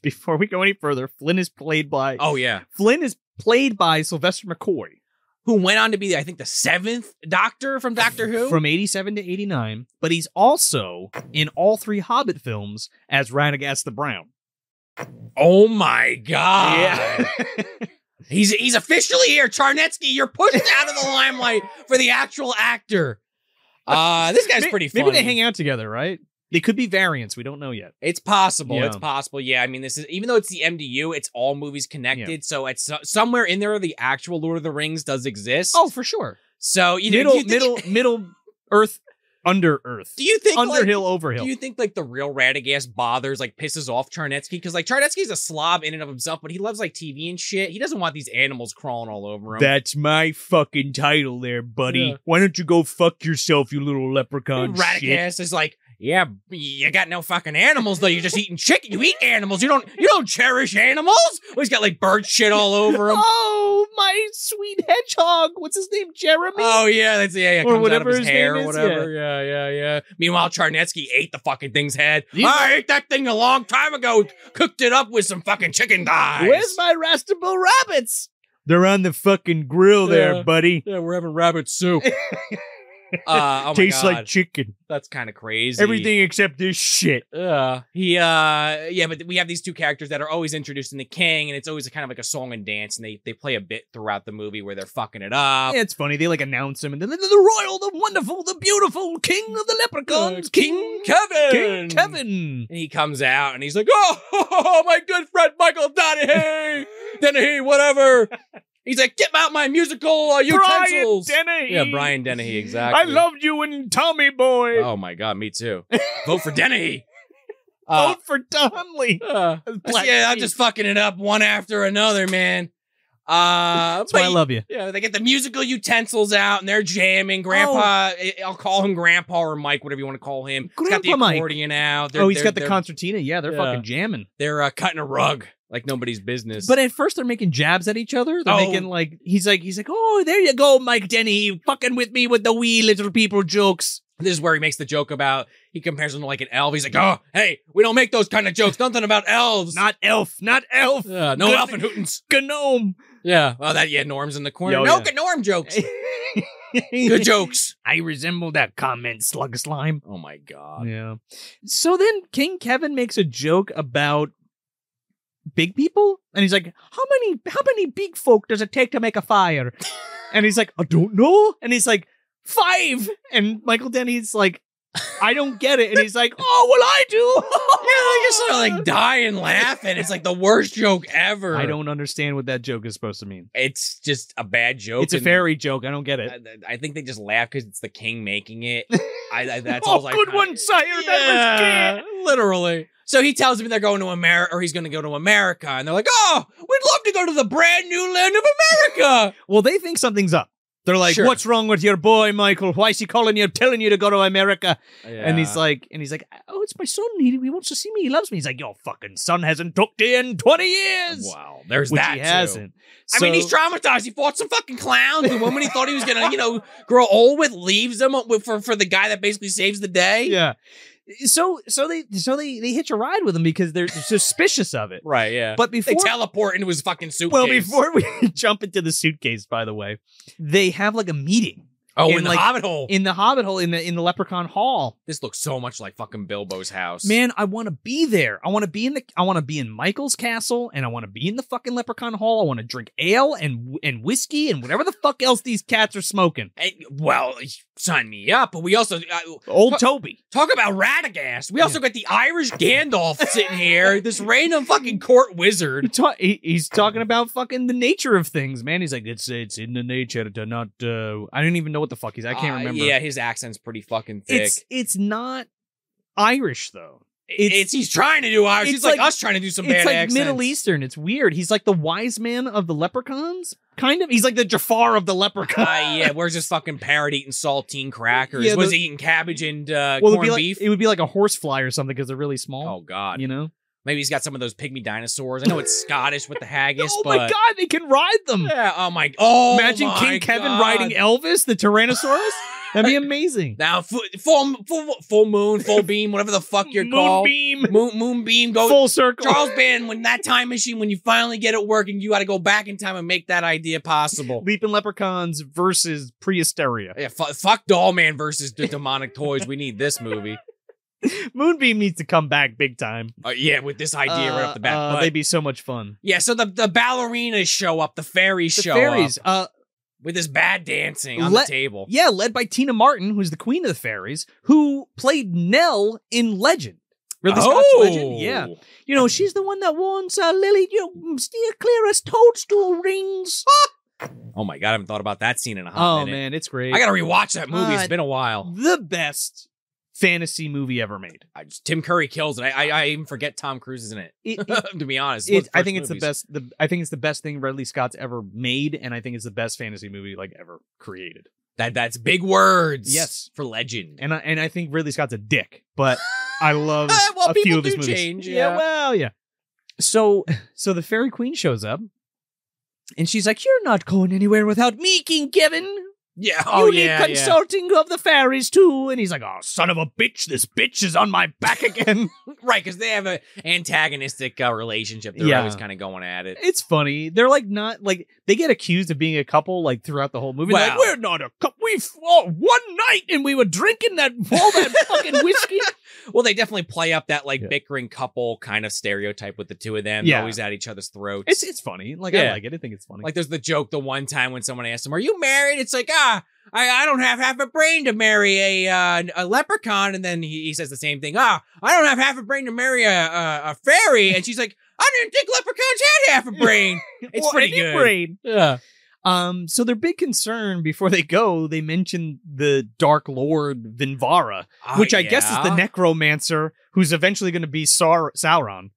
S1: Before we go any further, Flynn is played by
S2: Oh yeah,
S1: Flynn is played by Sylvester McCoy
S2: who went on to be, I think, the seventh Doctor from Doctor Who.
S1: from 87 to 89, but he's also in all three Hobbit films as Radagast the Brown.
S2: oh my god!
S1: Yeah.
S2: he's he's officially here. Charnetsky, you're pushed out of the limelight for the actual actor. Uh, this guy's
S1: May-
S2: pretty funny.
S1: Maybe they hang out together, right? They could be variants. We don't know yet.
S2: It's possible.
S1: Yeah.
S2: It's possible. Yeah, I mean, this is even though it's the MDU, it's all movies connected. So it's so- somewhere in there, the actual Lord of the Rings does exist.
S1: Oh, for sure.
S2: so you know,
S1: middle,
S2: do you think,
S1: middle, middle Earth, under Earth,
S2: Do you think
S1: under
S2: like,
S1: hill, over hill.
S2: Do you think like the real Radagast bothers like pisses off Charnetsky because like Charnetsky's a slob in and of himself, but he loves like TV and shit. He doesn't want these animals crawling all over him.
S1: That's my fucking title, there, buddy.
S2: Yeah.
S1: Why don't you go fuck yourself, you little leprechaun? shit.
S2: Radagast is like, yeah, b- you got no fucking animals though. You're just eating chicken. You eat animals. You don't. You don't cherish animals. Well, he's got like bird shit all over him.
S1: Oh, my sweet hedgehog. What's his name? Jeremy.
S2: Oh yeah, that's yeah, yeah.
S1: Or
S2: comes out of
S1: whatever
S2: his,
S1: his
S2: hair
S1: name
S2: or
S1: is,
S2: whatever. Yeah. yeah, yeah, Meanwhile, Charnetsky ate the fucking thing's head.
S1: He's-
S2: I ate that thing a long time ago. Cooked it up with some fucking chicken thighs.
S1: Where's my rastable rabbits? They're on the fucking grill,
S2: Yeah.
S1: there, buddy.
S2: Yeah, we're having rabbit soup. uh, oh
S1: Tastes
S2: my God.
S1: like chicken.
S2: that's kind of crazy.
S1: Everything except this shit.
S2: Uh, he, uh, yeah, but we have these two characters that are always introduced in the King, and it's always kind of like a song and dance, and they they play a bit throughout the movie where they're fucking it up.
S1: Yeah, it's funny. They like announce him, and then the, the royal, the wonderful, the beautiful king of the leprechauns,
S2: Uh,
S1: King,
S2: Kevin.
S1: King Kevin.
S2: And he comes out and he's like, oh, my good friend Michael Donahue, Dennehy, whatever. He's like, get out my musical uh, utensils.
S1: Brian Dennehy.
S2: yeah, Brian Dennehy, exactly.
S1: I loved you in Tommy Boy.
S2: Oh my God, me too. Vote for Dennehy. Uh,
S1: Vote for Donnelly.
S2: uh,
S1: Black
S2: yeah, I'm
S1: sheep.
S2: just fucking it up one after another, man. Uh,
S1: That's why I
S2: but-
S1: love you.
S2: Yeah, they get the musical utensils out and they're jamming.
S1: Oh.
S2: Grandpa, I- I'll call him Grandpa or Mike, whatever you want to call him. he's
S1: Grandpa
S2: got the
S1: Mike.
S2: accordion out. They're,
S1: oh, he's
S2: they're-
S1: got the
S2: they're,
S1: concertina. Yeah, they're
S2: Yeah.
S1: fucking jamming.
S2: They're uh, cutting a rug like nobody's business.
S1: But at first, they're making jabs at each other. They're
S2: Oh.
S1: making like he's like he's like, oh, there you go, Mike Denny, fucking with me with the wee little people jokes.
S2: this is where he makes the joke about he compares him to like an elf. He's like, oh, hey, we don't make those kind of jokes. Nothing about elves.
S1: Not elf, not elf,
S2: Yeah, no
S1: Good-
S2: elf and hootens.
S1: gnome.
S2: Yeah. Oh, that yeah. Norm's in the corner.
S1: Yo,
S2: no
S1: yeah.
S2: Norm jokes. Good jokes.
S1: I resemble that comment, slug slime.
S2: Oh my god.
S1: Yeah. So then King Kevin makes a joke about big people, and he's like, "How many how many big folk does it take to make a fire?" and he's like, "I don't know." And he's like, five. And Michael Denny's like, "I don't get it." And he's like, "Oh, well, I do."
S2: Yeah, I just like dying laughing. It's like the worst joke ever.
S1: I don't understand what that joke is supposed to mean.
S2: It's just a bad joke.
S1: It's a
S2: and-
S1: fairy joke. I don't get it.
S2: I, I think they just laugh because it's the king making it. I, I that's all. I kinda-
S1: Oh, sire.
S2: Yeah, literally. So he tells me they're going to America, or he's going to go to America, and they're like, "Oh, we'd love to go to the brand new land of America."
S1: Well, they think something's up. They're like,
S2: Sure.
S1: "What's wrong with your boy, Michael? Why is he calling you, telling you to go to America?" And he's like, "And he's like, oh, it's my son. He, he wants to see me. He loves me." He's like, "Your fucking son hasn't talked to you in twenty years."
S2: "Wow, there's
S1: Which
S2: that."
S1: he
S2: too.
S1: hasn't.
S2: I mean,
S1: So-
S2: he's traumatized. He fought some fucking clowns. The woman he thought he was gonna, you know, grow old with leaves him with- for for the guy that basically saves the day.
S1: yeah. So so they so they they hitch a ride with him because they're suspicious of it.
S2: Right. Yeah.
S1: But
S2: they
S1: before
S2: teleport into his fucking suitcase.
S1: well before we jump into the suitcase, by the way, they have like a meeting
S2: oh, in,
S1: in,
S2: the
S1: like-
S2: hobbit hole.
S1: in the Hobbit hole in the in the Leprechaun Hall.
S2: This looks so much like fucking Bilbo's house.
S1: Man, I want to be there. I want to be in the. I want to be in Michael's castle, and I want to be in the fucking Leprechaun Hall. I want to drink ale and and whiskey and whatever the fuck else these cats are smoking.
S2: And- well, sign me up. But we also uh,
S1: Old Toby.
S2: talk about Radagast. We also got the Irish Gandalf sitting here, this random fucking court wizard.
S1: Ta- he- he's talking about fucking the nature of things, man. He's like, it's it's in the nature to not. Uh, I don't even know what the fuck he's. I can't
S2: Uh,
S1: remember.
S2: yeah, his accent's pretty fucking thick.
S1: it's it's not Irish though.
S2: it's, he's trying to do Irish.
S1: it's
S2: He's like,
S1: like-
S2: us trying to do some
S1: it's
S2: bad
S1: like
S2: accents.
S1: Middle Eastern. It's weird. He's like the wise man of the leprechauns, kind of. He's like the Jafar of the leprechaun.
S2: Uh, yeah, where's his fucking parrot eating saltine crackers?
S1: Yeah,
S2: was
S1: the-
S2: he eating cabbage and uh,
S1: well, it'd
S2: corned
S1: be like
S2: beef?
S1: it would be like a horsefly or something because they're really small.
S2: oh God.
S1: you know.
S2: Maybe he's got some of those pygmy dinosaurs. I know it's Scottish with the haggis,
S1: oh
S2: but
S1: my god, they can ride them.
S2: yeah. Oh my. Oh,
S1: Imagine
S2: my
S1: King Kevin
S2: God.
S1: riding Elvis, the Tyrannosaurus. That'd be amazing.
S2: now. Full, full full full moon, full beam, whatever the fuck you're called.
S1: Moonbeam,
S2: Moon moonbeam. Go
S1: full circle.
S2: Charles Band. When that time machine, when you finally get it working, you got to go back in time and make that idea possible.
S1: Leaping leprechauns versus pre-hysteria.
S2: Yeah, fu fuck Doll Man versus the demonic toys. We need this movie.
S1: Moonbeam needs to come back big time.
S2: Uh, yeah, with this idea right off the bat.
S1: Uh, uh,
S2: but-
S1: they'd be so much fun.
S2: yeah, so the, the ballerinas show up, the fairies
S1: The
S2: show
S1: fairies,
S2: up
S1: uh,
S2: with this bad dancing on
S1: Let-
S2: the table.
S1: yeah, led by Tina Martin, who's the queen of the fairies, who played Nell in Legend. Ridley Scott's
S2: Oh.
S1: Legend. Yeah, you know she's the one that warns uh, Lily, you know, steer clear as toadstool rings.
S2: Oh my god, I haven't thought about that scene in a hot
S1: Oh
S2: minute.
S1: man, Uh, it's great.
S2: I gotta rewatch that movie. It's
S1: God.
S2: been a while.
S1: the best fantasy movie ever made.
S2: I just- Tim Curry kills it. I, I I even forget Tom Cruise is in it.
S1: It, it-
S2: to be honest,
S1: it-
S2: One of
S1: I
S2: first
S1: think it's the
S2: movies.
S1: best. The I think it's the best thing Ridley Scott's ever made, and I think it's the best fantasy movie like ever created.
S2: That that's big words.
S1: Yes.
S2: for legend.
S1: And I, and I think Ridley Scott's a dick, but I love
S2: Uh, well,
S1: a few
S2: people
S1: of his
S2: do
S1: movies.
S2: change, yeah.
S1: well, yeah. So so the fairy queen shows up, and she's like, "You're not going anywhere without me, King Kevin."
S2: yeah. Oh
S1: you
S2: yeah.
S1: need consulting of the fairies too. And he's like, oh, son of a bitch, this bitch is on my back again.
S2: yeah. Right, because they have an antagonistic uh, relationship. They're
S1: Yeah.
S2: always kind of going at it.
S1: it's funny. They're like not like they get accused of being a couple like throughout the whole movie. They're
S2: Wow.
S1: Like, we're not a couple. We f- oh, one night and we were drinking that all that fucking whiskey.
S2: Well, they definitely play up that like
S1: Yeah.
S2: bickering couple kind of stereotype with the two of them.
S1: Yeah.
S2: They're always at each other's throats.
S1: It's it's funny. Like I
S2: Yeah.
S1: like it. I think it's funny.
S2: like there's the joke the one time when someone asked him, "Are you married?" It's like ah. I, I don't have half a brain to marry a uh, a leprechaun, and then he, he says the same thing. Ah, I don't have half a brain to marry a, a a fairy, and she's like, I didn't think leprechauns had half a brain. it's
S1: Or
S2: pretty
S1: any
S2: good.
S1: brain.
S2: yeah,
S1: Um, so their big concern before they go, they mention the Dark Lord Vinvara,
S2: Ah,
S1: which I guess is the necromancer who's eventually going to be Saur- Sauron.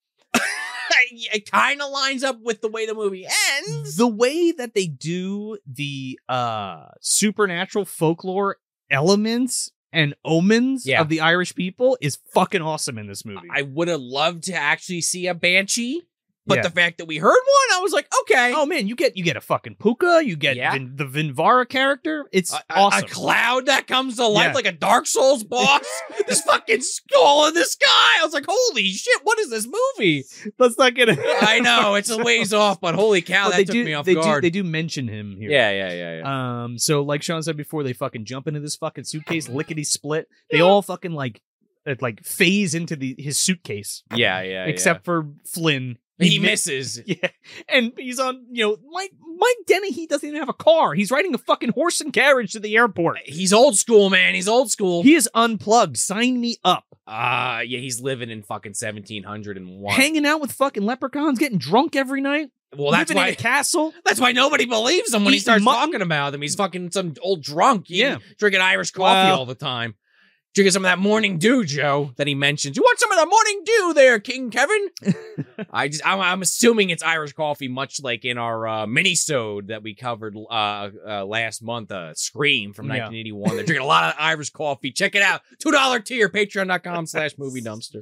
S2: it kind of lines up with the way the movie ends.
S1: the way that they do the uh supernatural folklore elements and omens
S2: Yeah.
S1: of the Irish people is fucking awesome in this movie.
S2: I would have loved to actually see a banshee, but
S1: Yeah.
S2: the fact that we heard one, I was like, okay,
S1: oh man, you get you get a fucking puka, you get
S2: Yeah.
S1: Vin- the Vinvara character. It's
S2: a, a-
S1: awesome.
S2: a cloud that comes to life
S1: Yeah.
S2: like a Dark Souls boss. this fucking skull in the sky. I was like, holy shit, what is this movie?
S1: Let's not get.
S2: I know it's a ways off, but holy cow,
S1: But
S2: that
S1: they
S2: took
S1: do,
S2: me off
S1: they
S2: guard.
S1: Do, they do mention him here.
S2: yeah, yeah, yeah, yeah.
S1: Um. So, like Sean said before, they fucking jump into this fucking suitcase, lickety split. They all fucking like, it, like phase into the his suitcase,
S2: yeah, yeah.
S1: except for Flynn.
S2: yeah. he
S1: mi-
S2: misses.
S1: Yeah, and he's on. You know, Mike Mike Dennehy doesn't even have a car. He's riding a fucking horse and carriage to the airport.
S2: He's old school, man. He's old school.
S1: He is unplugged. Sign me up.
S2: Ah, yeah, he's living in fucking 1701.
S1: Hanging out with fucking leprechauns, getting drunk every night.
S2: well, that's
S1: living
S2: why
S1: in a castle.
S2: That's why nobody believes him when he
S1: Eat
S2: starts
S1: mutton?
S2: talking about them. He's fucking some old drunk. eating-
S1: Yeah.
S2: Drinking Irish coffee
S1: Well-
S2: all the time. Drinking some of that morning dew, Joe, that he mentions. You want some of that morning dew there, King Kevin? I just, I'm, I'm assuming it's Irish coffee, much like in our uh, mini-sode that we covered uh, uh, last month, uh, Scream from
S1: Yeah.
S2: 1981. They're drinking a lot of Irish coffee. Check it out. $2 tier, patreon.com slash movie dumpster.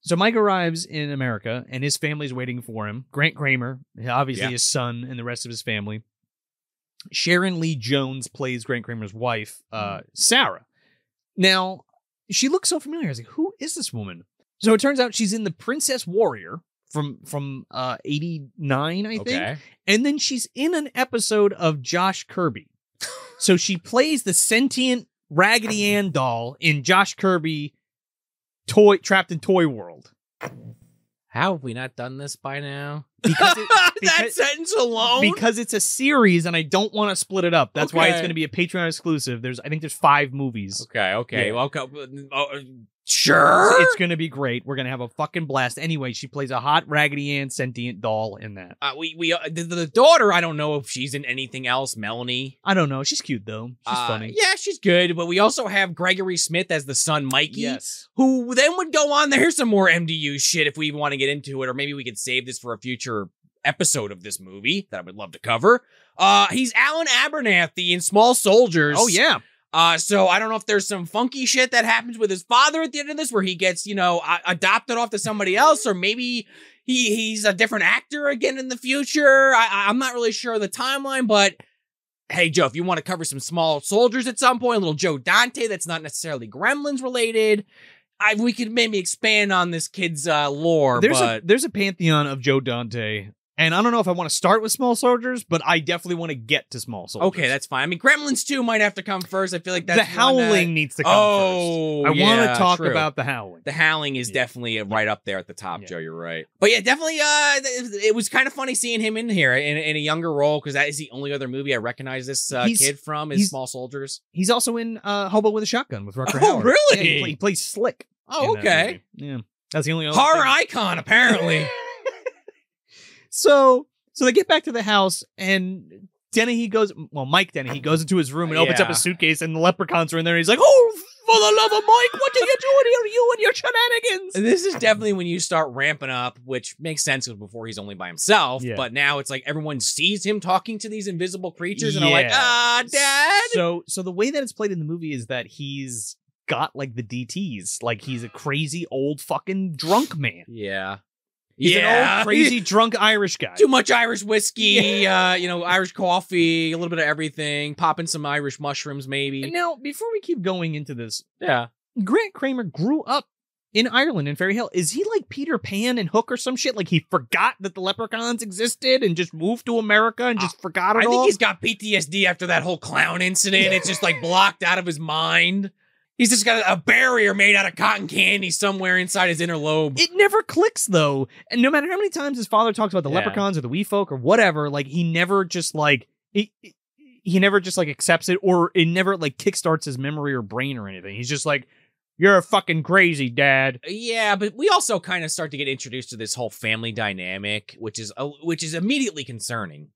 S1: So Mike arrives in America, and his family's waiting for him. Grant Kramer, obviously
S2: Yeah.
S1: his son, and the rest of his family. Sharon Lee Jones plays Grant Kramer's wife,
S2: Mm-hmm.
S1: uh, Sarah. Now, she looks so familiar. I was like, "Who is this woman?" So it turns out she's in the Princess Warrior from from uh, eighty nine, I think,
S2: Okay.
S1: and then she's in an episode of Josh Kirby. so she plays the sentient Raggedy Ann doll in Josh Kirby toy trapped in toy world.
S2: How have we not done this by now?
S1: because, it-
S2: that
S1: because-
S2: sentence alone?
S1: because it's a series and I don't want to split it up. That's why it's
S2: Okay.
S1: going to be a Patreon exclusive. There's I think there's five movies.
S2: Okay, okay,
S1: Yeah.
S2: well, okay. Oh, uh, sure.
S1: It's going to be great. We're going to have a fucking blast. Anyway, she plays a hot Raggedy Ann sentient doll in that.
S2: uh, we we uh, the, the daughter. I don't know if she's in anything else. Melanie.
S1: I don't know. She's cute though. She's
S2: Uh,
S1: funny.
S2: Yeah, she's good. But we also have Gregory Smith as the son, Mikey, who then would go on. There's some more MDU shit if we even want to get into it, or maybe we could save this for a future episode of this movie that I would love to cover. Uh, he's Alan Abernathy in Small Soldiers.
S1: Oh yeah.
S2: Uh, so I don't know if there's some funky shit that happens with his father at the end of this, where he gets you know a- adopted off to somebody else, or maybe he he's a different actor again in the future. I, I- I'm not really sure of the timeline, but hey, Joe, if you want to cover some small soldiers at some point, a little Joe Dante that's not necessarily Gremlins related, I, we could maybe expand on this kid's uh, lore.
S1: there's
S2: but
S1: a there's a pantheon of Joe Dante, and I don't know if I want to start with Small Soldiers, but I definitely want to get to Small Soldiers.
S2: okay, that's fine. I mean, Gremlins two might have to come first. I feel like that's
S1: the
S2: one that-
S1: Howling needs to come first.
S2: oh,
S1: I want
S2: yeah,
S1: to talk
S2: true.
S1: about the Howling.
S2: The Howling is
S1: Yeah.
S2: definitely uh, right up there at the top,
S1: Yeah.
S2: Joe. You're right. But yeah, definitely. Uh, th- it was kind of funny seeing him in here in, in a younger role because that is the only other movie I recognize this uh,
S1: He's-
S2: kid from is
S1: he's-
S2: Small Soldiers.
S1: He's also in uh, Hobo with a Shotgun with Rucker
S2: Oh,
S1: Howard.
S2: really?
S1: Yeah, he, play- he plays Slick. in
S2: Oh,
S1: that
S2: okay.
S1: movie. Yeah, that's the only other
S2: Horror
S1: thing.
S2: icon, apparently.
S1: So so they get back to the house and Dennehy goes well, Mike Dennehy goes into his room and opens up
S2: Yeah.
S1: his suitcase and the leprechauns are in there and he's like, Oh for the love of Mike, what are you doing here? You and your shenanigans.
S2: this is definitely when you start ramping up, which makes sense because before he's only by himself.
S1: Yeah.
S2: But now it's like everyone sees him talking to these invisible creatures, and I'm like,
S1: Yeah.
S2: ah, dad.
S1: So so the way that it's played in the movie is that he's got like the DTs. Like he's a crazy old fucking drunk man.
S2: yeah.
S1: He's an
S2: yeah.
S1: old crazy drunk Irish guy.
S2: too much Irish whiskey, uh, you know, Irish coffee, a little bit of everything, popping some Irish mushrooms, maybe.
S1: Now, before we keep going into this,
S2: Yeah.
S1: Grant Kramer grew up in Ireland in Fairy Hill. Is he like Peter Pan and Hook or some shit? Like he forgot that the leprechauns existed and just moved to America and just forgot it
S2: I
S1: all?
S2: think he's got PTSD after that whole clown incident. It's just like blocked out of his mind. He's just got a barrier made out of cotton candy somewhere inside his inner lobe.
S1: it never clicks though. And no matter how many times his father talks about the
S2: Yeah.
S1: leprechauns or the wee folk or whatever, like he never just like he, he never just like accepts it or it never like kickstarts his memory or brain or anything. He's just like, You're fucking crazy, Dad.
S2: Yeah, but we also kind of start to get introduced to this whole family dynamic, which is uh, which is immediately concerning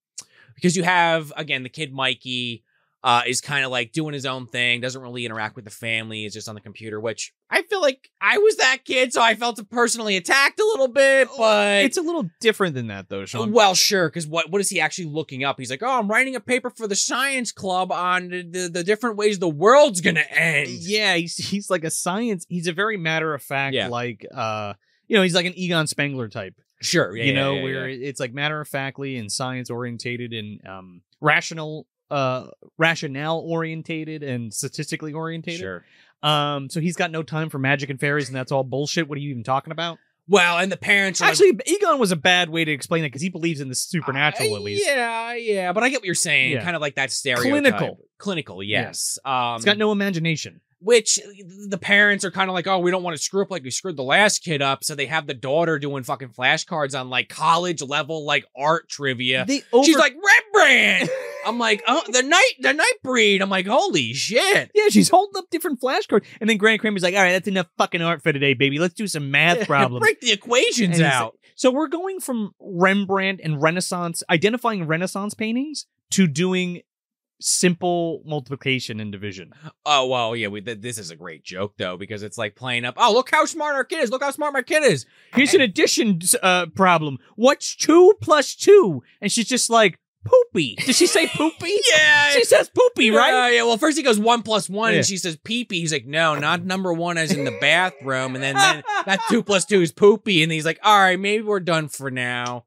S2: because you have again the kid Mikey uh, is kind of like doing his own thing, doesn't really interact with the family, is just on the computer. Which I feel like I was that kid, so I felt personally attacked a little bit. But
S1: Oh, It's a little different than that though, Sean.
S2: well, sure, because what what is he actually looking up? He's like, oh, I'm writing a paper for the science club on the the, the different ways the world's gonna end.
S1: Yeah, he's he's like a science. He's a very matter of fact,
S2: Yeah.
S1: like uh, you know, he's like an Egon Spengler type.
S2: Sure, yeah,
S1: you
S2: yeah,
S1: know,
S2: yeah,
S1: where
S2: yeah.
S1: it's like matter of factly and science orientated and um rational, uh, rationale orientated and statistically orientated.
S2: sure.
S1: Um, so he's got no time for magic and fairies, and that's all bullshit. What are you even talking about?
S2: Well, and the parents are like,
S1: Actually, Egon was a bad way to explain it because he believes in the supernatural.
S2: Uh,
S1: at least
S2: Yeah, yeah, but I get what you're saying.
S1: Yeah.
S2: Kind of like that stereotype.
S1: Clinical.
S2: clinical.
S1: Yeah.
S2: Yes. Um,
S1: he's got no imagination.
S2: which uh, the parents are kind of like, oh, we don't want to screw up like we screwed the last kid up, so they have the daughter doing fucking flashcards on like college level like art trivia.
S1: They over-
S2: She's like Rembrandt. I'm like, oh, the night, the night breed. I'm like, holy shit.
S1: Yeah, she's holding up different flashcards. And then Grant Kramer's like, all right, that's enough fucking art for today, baby. Let's do some math problems.
S2: Break the equations
S1: And he's
S2: out.
S1: so we're going from Rembrandt and Renaissance, identifying Renaissance paintings to doing simple multiplication and division.
S2: oh well, yeah. We, th- this is a great joke though because it's like playing up. Oh, look how smart our kid is. Look how smart my kid is.
S1: Here's an addition uh, problem. What's two plus two? And she's just like, poopy. Did she say poopy?
S2: Yeah.
S1: she says poopy, right?
S2: Yeah, yeah. Well, first he goes one plus one,
S1: Yeah.
S2: and she says peepee. He's like, no, not number one, as in the bathroom. And then, then that two plus two is poopy, and he's like, all right, maybe we're done for now.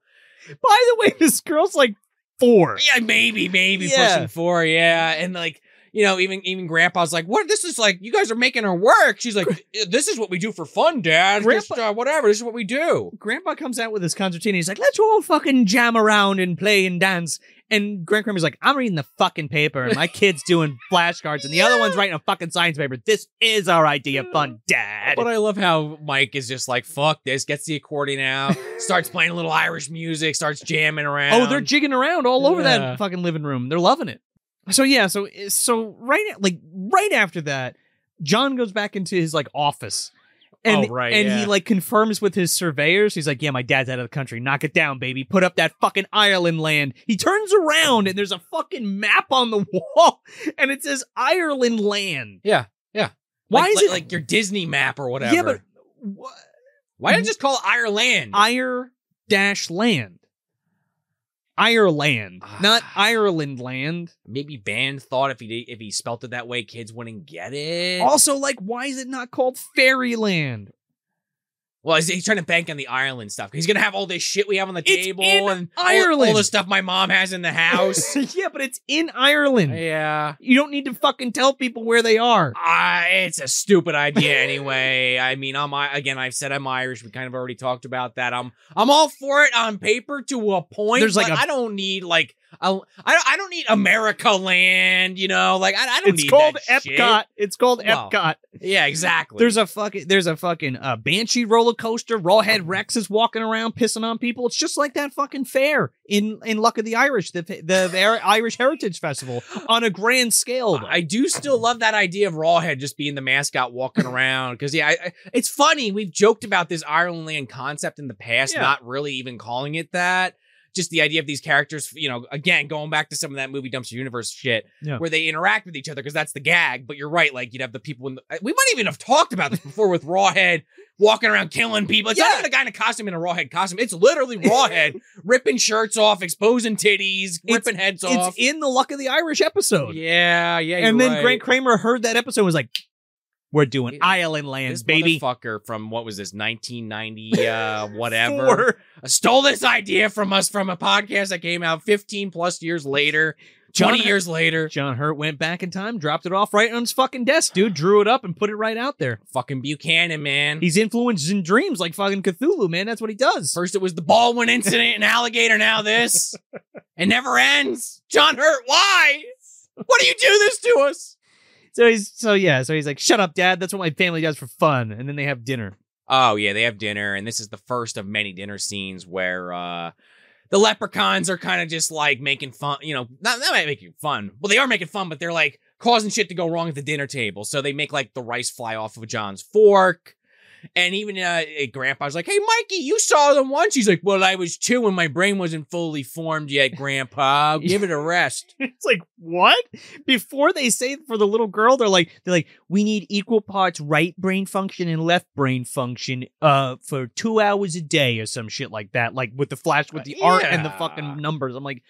S1: By the way, this girl's like four.
S2: Yeah, maybe, maybe
S1: Yeah.
S2: pushing four. Yeah, and like. You know, even even Grandpa's like, "What? This is like you guys are making her work." She's like, "Uh, "This is what we do for fun, Dad. Just,
S1: Grandpa-
S2: uh, whatever. This is what we do."
S1: Grandpa comes out with his concertina. He's like, let's all fucking jam around and play and dance. And Grand Kramer's like, I'm reading the fucking paper and my kid's doing flashcards and the other one's writing a fucking science paper. This is our idea of fun, dad.
S2: But I love how Mike is just like, "Fuck this!" Gets the accordion out, starts playing a little Irish music, starts jamming around.
S1: Oh, they're jigging around all over
S2: Yeah.
S1: that fucking living room. They're loving it. So yeah, so eh, so right at, like right after that, John goes back into his like office. And,
S2: Oh, right,
S1: and he
S2: yeah.
S1: like confirms with his surveyors. He's like, "Yeah, my dad's out of the country. Knock it down, baby. Put up that fucking Ireland land." He turns around and there's a fucking map on the wall, and it says Ireland land.
S2: Yeah, yeah.
S1: Why
S2: Like-
S1: is
S2: like,
S1: it
S2: like your Disney map or whatever?
S1: Yeah, but wha-
S2: why not just call it Ireland?
S1: Ire dash land? Ireland,
S2: Ah.
S1: not Ireland land.
S2: Maybe Ban thought if he did, if he spelt it that way, kids wouldn't get it.
S1: Also, like, why is it not called Fairyland?
S2: well, he's, he's trying to bank on the Ireland stuff. He's gonna have all this shit we have on the
S1: It's
S2: table
S1: in
S2: and all- all,
S1: Ireland.
S2: the stuff my mom has in the house.
S1: yeah, but it's in Ireland.
S2: yeah,
S1: You don't need to fucking tell people where they are.
S2: uh, it's a stupid idea anyway. I mean, I'm I, again. I've said I'm Irish. We kind of already talked about that. I'm I'm all for it on paper to a point.
S1: There's like
S2: but
S1: a-
S2: I don't need like I I I don't need America Land. You know, like I, I don't
S1: It's
S2: need
S1: called
S2: that shit.
S1: Epcot. It's called
S2: Wow.
S1: Epcot.
S2: Yeah, exactly.
S1: There's a fucking there's a fucking uh, banshee roller coaster.
S2: Mm.
S1: Rawhead Rex is walking around pissing on people. It's just like that fucking fair in in Luck of the Irish, the the Ver- Irish Heritage Festival on a grand scale. though.
S2: I do still love that idea of Rawhead just being the mascot walking around because yeah, I, I, it's funny. We've joked about this Ireland Land concept in the past,
S1: Yeah.
S2: not really even calling it that. Just the idea of these characters, you know, again going back to some of that movie dumpster universe shit,
S1: Yeah.
S2: where they interact with each other because that's the gag. But you're right, like you'd have the people in. The, uh, we might even have talked about this before with Rawhead walking around killing people. It's not
S1: Yeah.
S2: even a guy in a costume in a Rawhead costume. It's literally Rawhead ripping shirts off, exposing titties, ripping heads
S1: it's
S2: off.
S1: in the Luck of the Irish episode.
S2: yeah, yeah.
S1: and
S2: you're
S1: then
S2: right.
S1: Grant Kramer heard that episode and was like, "We're doing
S2: Yeah.
S1: Ireland
S2: this
S1: lands, baby."
S2: motherfucker from what was this 1990 uh whatever
S1: Four.
S2: stole this idea from us from a podcast that came out 15 plus years later 20
S1: John-
S2: years later
S1: John Hurt went back in time, dropped it off right on his fucking desk, dude. Drew it up and put it right out there.
S2: fucking buchanan man
S1: He's influenced in dreams like fucking Cthulhu, man. That's what he does.
S2: first it was the baldwin incident and alligator now this it never ends john hurt why what do you do this to us
S1: So he's so yeah. So he's like, "Shut up, Dad. That's what my family does for fun." And then they have dinner.
S2: Oh yeah, they have dinner, and this is the first of many dinner scenes where uh the leprechauns are kind of just like making fun, you know, not not making fun. Well, they are making fun, but they're like causing shit to go wrong at the dinner table. So they make like the rice fly off of John's fork. And even uh, eh, Grandpa's like, "Hey, Mikey, you saw them once." He's like, "Well, I was two, and my brain wasn't fully formed yet, Grandpa. Give it a rest."
S1: it's like what? Before they say it for the little girl, they're like, they're like, "We need equal parts right brain function and left brain function, uh, for two hours a day or some shit like that." Like with the flash, with the art and the
S2: Yeah.
S1: fucking numbers. I'm like,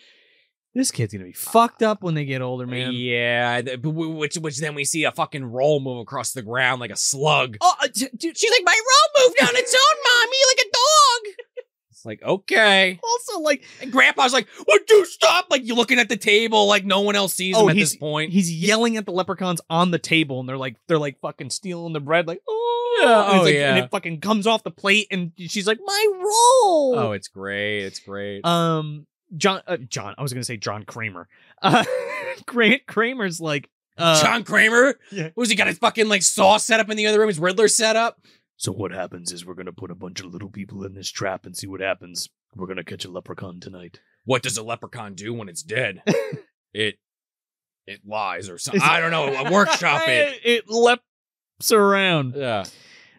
S1: this kid's gonna be fucked up when they get older, man.
S2: Yeah, th- but w- which which then we see a fucking roll move across the ground like a slug.
S1: Oh, uh, d- dude.
S2: She's like, my roll moved on its own, mommy, like a dog. It's like, okay.
S1: Also, like,
S2: And grandpa's like, would you stop? Like, you're looking at the table, like, no one else sees
S1: Oh,
S2: him at
S1: he's-
S2: this point.
S1: he's yelling at the leprechauns on the table, and they're like, they're like fucking stealing the bread, like, oh,
S2: Yeah,
S1: and, it's
S2: oh,
S1: like-
S2: yeah.
S1: and it fucking comes off the plate, and she's like, my roll.
S2: Oh, it's great. It's great.
S1: um John uh, John I was gonna say John Kramer uh Grant Kramer's like uh
S2: John Kramer?
S1: yeah.
S2: Who's he got his fucking, like, saw set up in the other room? His Riddler set up?
S3: So what happens is we're gonna put a bunch of little people in this trap and see what happens. We're gonna catch a leprechaun tonight.
S2: What does a leprechaun do when it's dead? it. It lies or something. I don't know. A workshop it. Uh,
S1: it leaps around
S2: Yeah.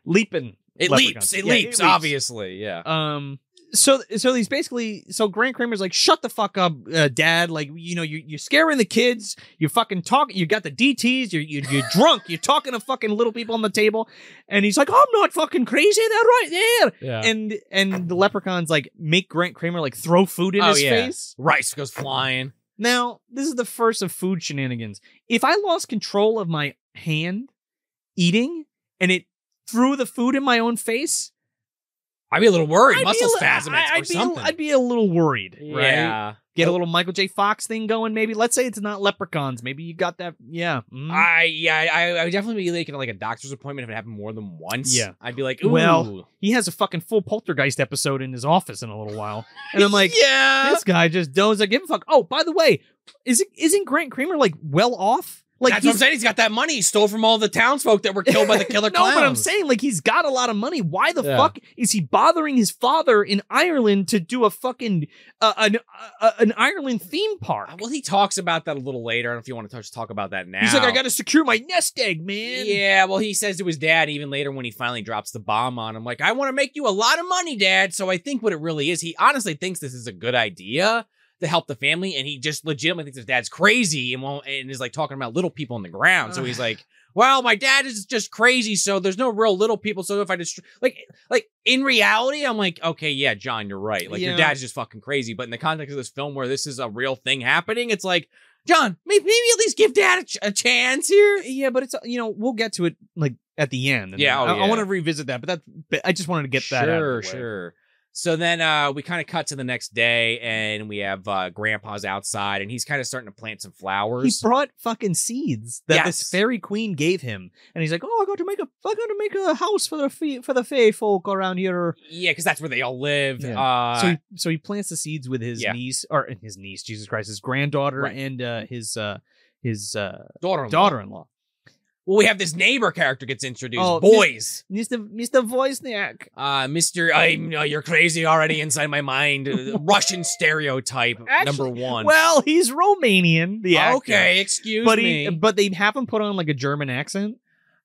S1: leaping
S2: It
S1: Leprechaun.
S2: leaps. It
S1: Yeah, it
S2: leaps,
S1: leaps.
S2: obviously. Yeah.
S1: um so so he's basically so Grant Kramer's like shut the fuck up uh, dad like you know you you're scaring the kids you're fucking talking you got the DTs you're you're, you're drunk you're talking to fucking little people on the table and he's like I'm not fucking crazy they're right there
S2: Yeah.
S1: and and the leprechauns like make Grant Kramer like throw food in
S2: Oh,
S1: his
S2: yeah.
S1: face
S2: Rice goes flying.
S1: Now, this is the first of food shenanigans. If I lost control of my hand eating and it threw the food in my own face,
S2: I'd be a little worried.
S1: I'd
S2: Muscle
S1: be a, li-
S2: spasms
S1: I-
S2: or
S1: I'd be, a-
S2: something.
S1: I'd be a little worried, right?
S2: Yeah.
S1: Get a little Michael J. Fox thing going, maybe. Let's say it's not leprechauns. Maybe you got that. Yeah. Mm.
S2: I yeah, I, I would definitely be like in like a doctor's appointment if it happened more than once.
S1: Yeah.
S2: I'd be like, ooh,
S1: Well, he has a fucking full poltergeist episode in his office in a little while. And I'm like,
S2: yeah,
S1: this guy just doesn't give a fuck. Oh, by the way, is it, isn't Grant Kramer like well off? Like
S2: that's what I'm
S1: he's
S2: saying. He's got that money he stole from all the townsfolk that were killed by the killer
S1: no,
S2: clowns.
S1: but I'm saying like he's got a lot of money. Why the
S2: Yeah.
S1: fuck is he bothering his father in Ireland to do a fucking uh, an uh, an Ireland theme park?
S2: Uh, Well, he talks about that a little later. I don't know if you want to touch talk about that now.
S1: He's like, I got to secure my nest egg, man.
S2: Yeah, well, he says to his dad even later when he finally drops the bomb on him, like, I want to make you a lot of money, dad. So I think what it really is, he honestly thinks this is a good idea. to help the family, and he just legitimately thinks his dad's crazy and won't, and is like talking about little people on the ground. So he's like, "Well, my dad is just crazy, so there's no real little people. So if I just like, like in reality, I'm like, okay, yeah, John, you're right. Like your
S1: Yeah.
S2: dad's just fucking crazy. But in the context of this film, where this is a real thing happening, it's like, John, may- maybe at least give dad a, ch- a chance here.
S1: Yeah, but it's uh, you know we'll get to it like at the end. And
S2: Yeah, oh,
S1: I,
S2: yeah.
S1: want to revisit that, but that but I just wanted to get
S2: sure,
S1: that. out of the way.
S2: sure. So then uh, we kind of cut to the next day, and we have uh, Grandpa's outside, and he's kind of starting to plant some
S1: He
S2: flowers.
S1: brought fucking seeds that
S2: Yes.
S1: this fairy queen gave him, and he's like, "Oh, I got to make a, I got to make a house for the fee, for the fae folk around here."
S2: yeah, because that's where they all live.
S1: Yeah.
S2: Uh,
S1: so, he, so he plants the seeds with his
S2: yeah.
S1: niece or his niece, Jesus Christ, his granddaughter
S2: Right.
S1: and uh, his uh, his uh,
S2: daughter,
S1: daughter-in-law,
S2: Well, we have this neighbor character gets introduced.
S1: Oh, this-
S2: Boys,
S1: Mister Mister Voisniak.
S2: uh, Mister, I'm uh, you're crazy already inside my mind. Uh, Russian stereotype number
S1: Actually,
S2: one.
S1: Well, he's Romanian. The actor.
S2: okay, excuse
S1: But
S2: me.
S1: he, but they have him put on like a German accent.
S2: uh,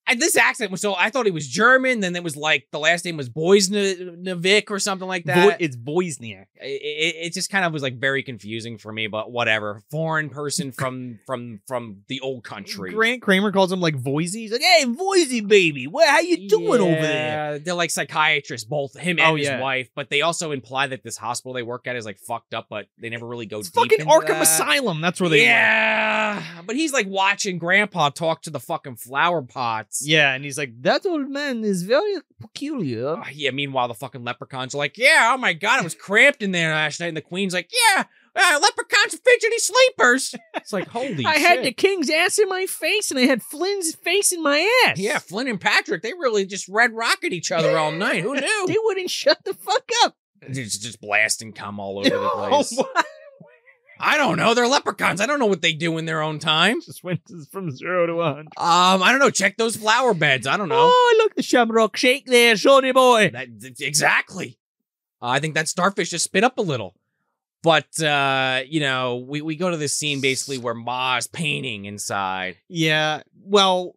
S2: and this accent was so I thought he was German. Then it was like the last name was Boysnevik or something like that.
S1: Vo- it's Voisniak.
S2: it, it, it just kind of was like very confusing for me, but whatever. Foreign person from from from the old country.
S1: Grant Kramer calls him like Voisey. He's like, "Hey, Voisey baby, what how you doing over there?"
S2: Yeah, They're like psychiatrists, both him and
S1: Oh,
S2: his
S1: yeah.
S2: wife, but they also imply that this hospital they work at is like fucked up, but they never really go
S1: It's
S2: deep.
S1: fucking
S2: into
S1: Arkham
S2: that.
S1: Asylum. That's where they went.
S2: yeah, but he's like watching Grandpa talk to the fucking flower pots.
S1: Yeah, and he's like, "That old man is very peculiar."
S2: Uh, yeah, meanwhile, the fucking leprechauns are like, yeah, oh my god, it was cramped in there last night. And the queen's like, yeah, uh, leprechauns are fidgety sleepers. It's like, holy
S1: I
S2: shit.
S1: had the king's ass in my face, and I had Flynn's face in my ass.
S2: Yeah, Flynn and Patrick, they really just red rocket each other all night. Who
S1: they
S2: knew?
S1: wouldn't shut the fuck up.
S2: It's just blasting cum all over the place.
S1: Oh, what?
S2: I don't know. They're leprechauns. I don't know what they do in their own time.
S1: Just went to- from zero to one.
S2: Um, I don't know. Check those flower beds. I don't know.
S1: Oh, look the shamrock shake there, Johnny boy.
S2: That, exactly. Uh, I think that starfish just spit up a little. But uh, you know, we, we go to this scene basically where Ma's painting inside.
S1: Yeah. Well,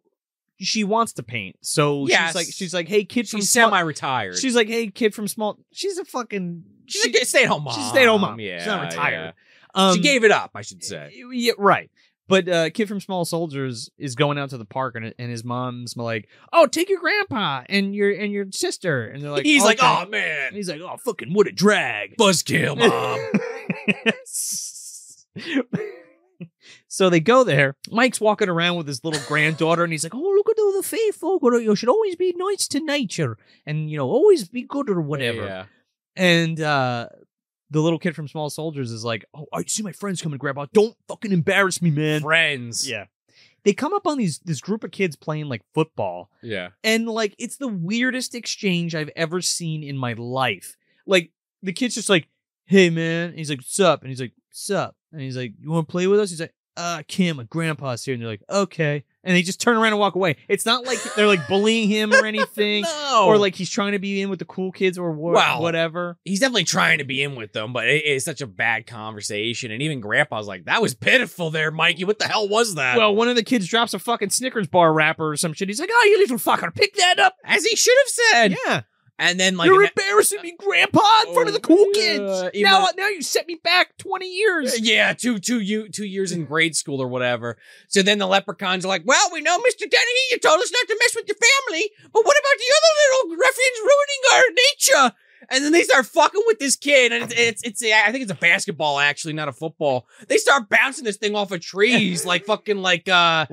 S1: she wants to paint, so
S2: Yes.
S1: she's like, she's like, "Hey, kid from
S2: She's
S1: Smut-
S2: semi-retired.
S1: She's like, hey, kid from small. She's a fucking.
S2: she's a stay-at-home mom.
S1: She's a stay-at-home mom.
S2: Yeah,
S1: She's not
S2: yeah.
S1: retired. Um,
S2: she gave it up, I should say.
S1: Yeah, right. But uh, kid from Small Soldiers is going out to the park, and and his mom's like, "Oh, take your grandpa and your and your sister." And they're like,
S2: He's like,
S1: "Okay."
S2: oh
S1: And
S2: man,
S1: he's like, "Oh, fucking what a drag,
S2: buzzkill, mom.
S1: so they go there. Mike's walking around with his little granddaughter, and he's like, "Oh, look at all the fae folk. You should always be nice to nature, and you know, always be good or whatever."
S2: Yeah.
S1: And uh the little kid from Small Soldiers is like, "Oh, I see my friends coming, Grandpa. Don't fucking embarrass me, man."
S2: Friends.
S1: Yeah. They come up on these this group of kids playing like football,
S2: Yeah.
S1: and like it's the weirdest exchange I've ever seen in my life. Like the kid's just like, "Hey, man," and he's like, "Sup?" and he's like, "Sup?" and he's like, "You want to play with us?" He's like, "Uh, I can't. My grandpa's here," and they're like, "Okay," and they just turn around and walk away. It's not like they're like bullying him or anything.
S2: No.
S1: Or like he's trying to be in with the cool kids or wha-
S2: Wow.
S1: whatever.
S2: he's definitely trying to be in with them, but it, it's such a bad conversation. And even Grandpa's like, "That was pitiful, there, Mikey. What the hell was that?"
S1: Well, one of the kids drops a fucking Snickers bar wrapper or some shit. He's like, "Oh, you little fucker, pick that up!"
S2: as he should have said.
S1: yeah,
S2: And then like,
S1: you're
S2: ima-
S1: embarrassing me, Grandpa, in front of the
S2: Oh,
S1: cool
S2: yeah,
S1: kids.
S2: even-
S1: now, now you set me back twenty years.
S2: Uh, yeah, two two you two years in grade school or whatever. So then the leprechauns are like, "Well, we know, Mister Dennehy, you told us not to mess with your family, but what about the other little ruffians ruining our nature?" And then they start fucking with this kid, and it's it's, it's I think it's a basketball actually, not a football. They start bouncing this thing off of trees, like fucking like uh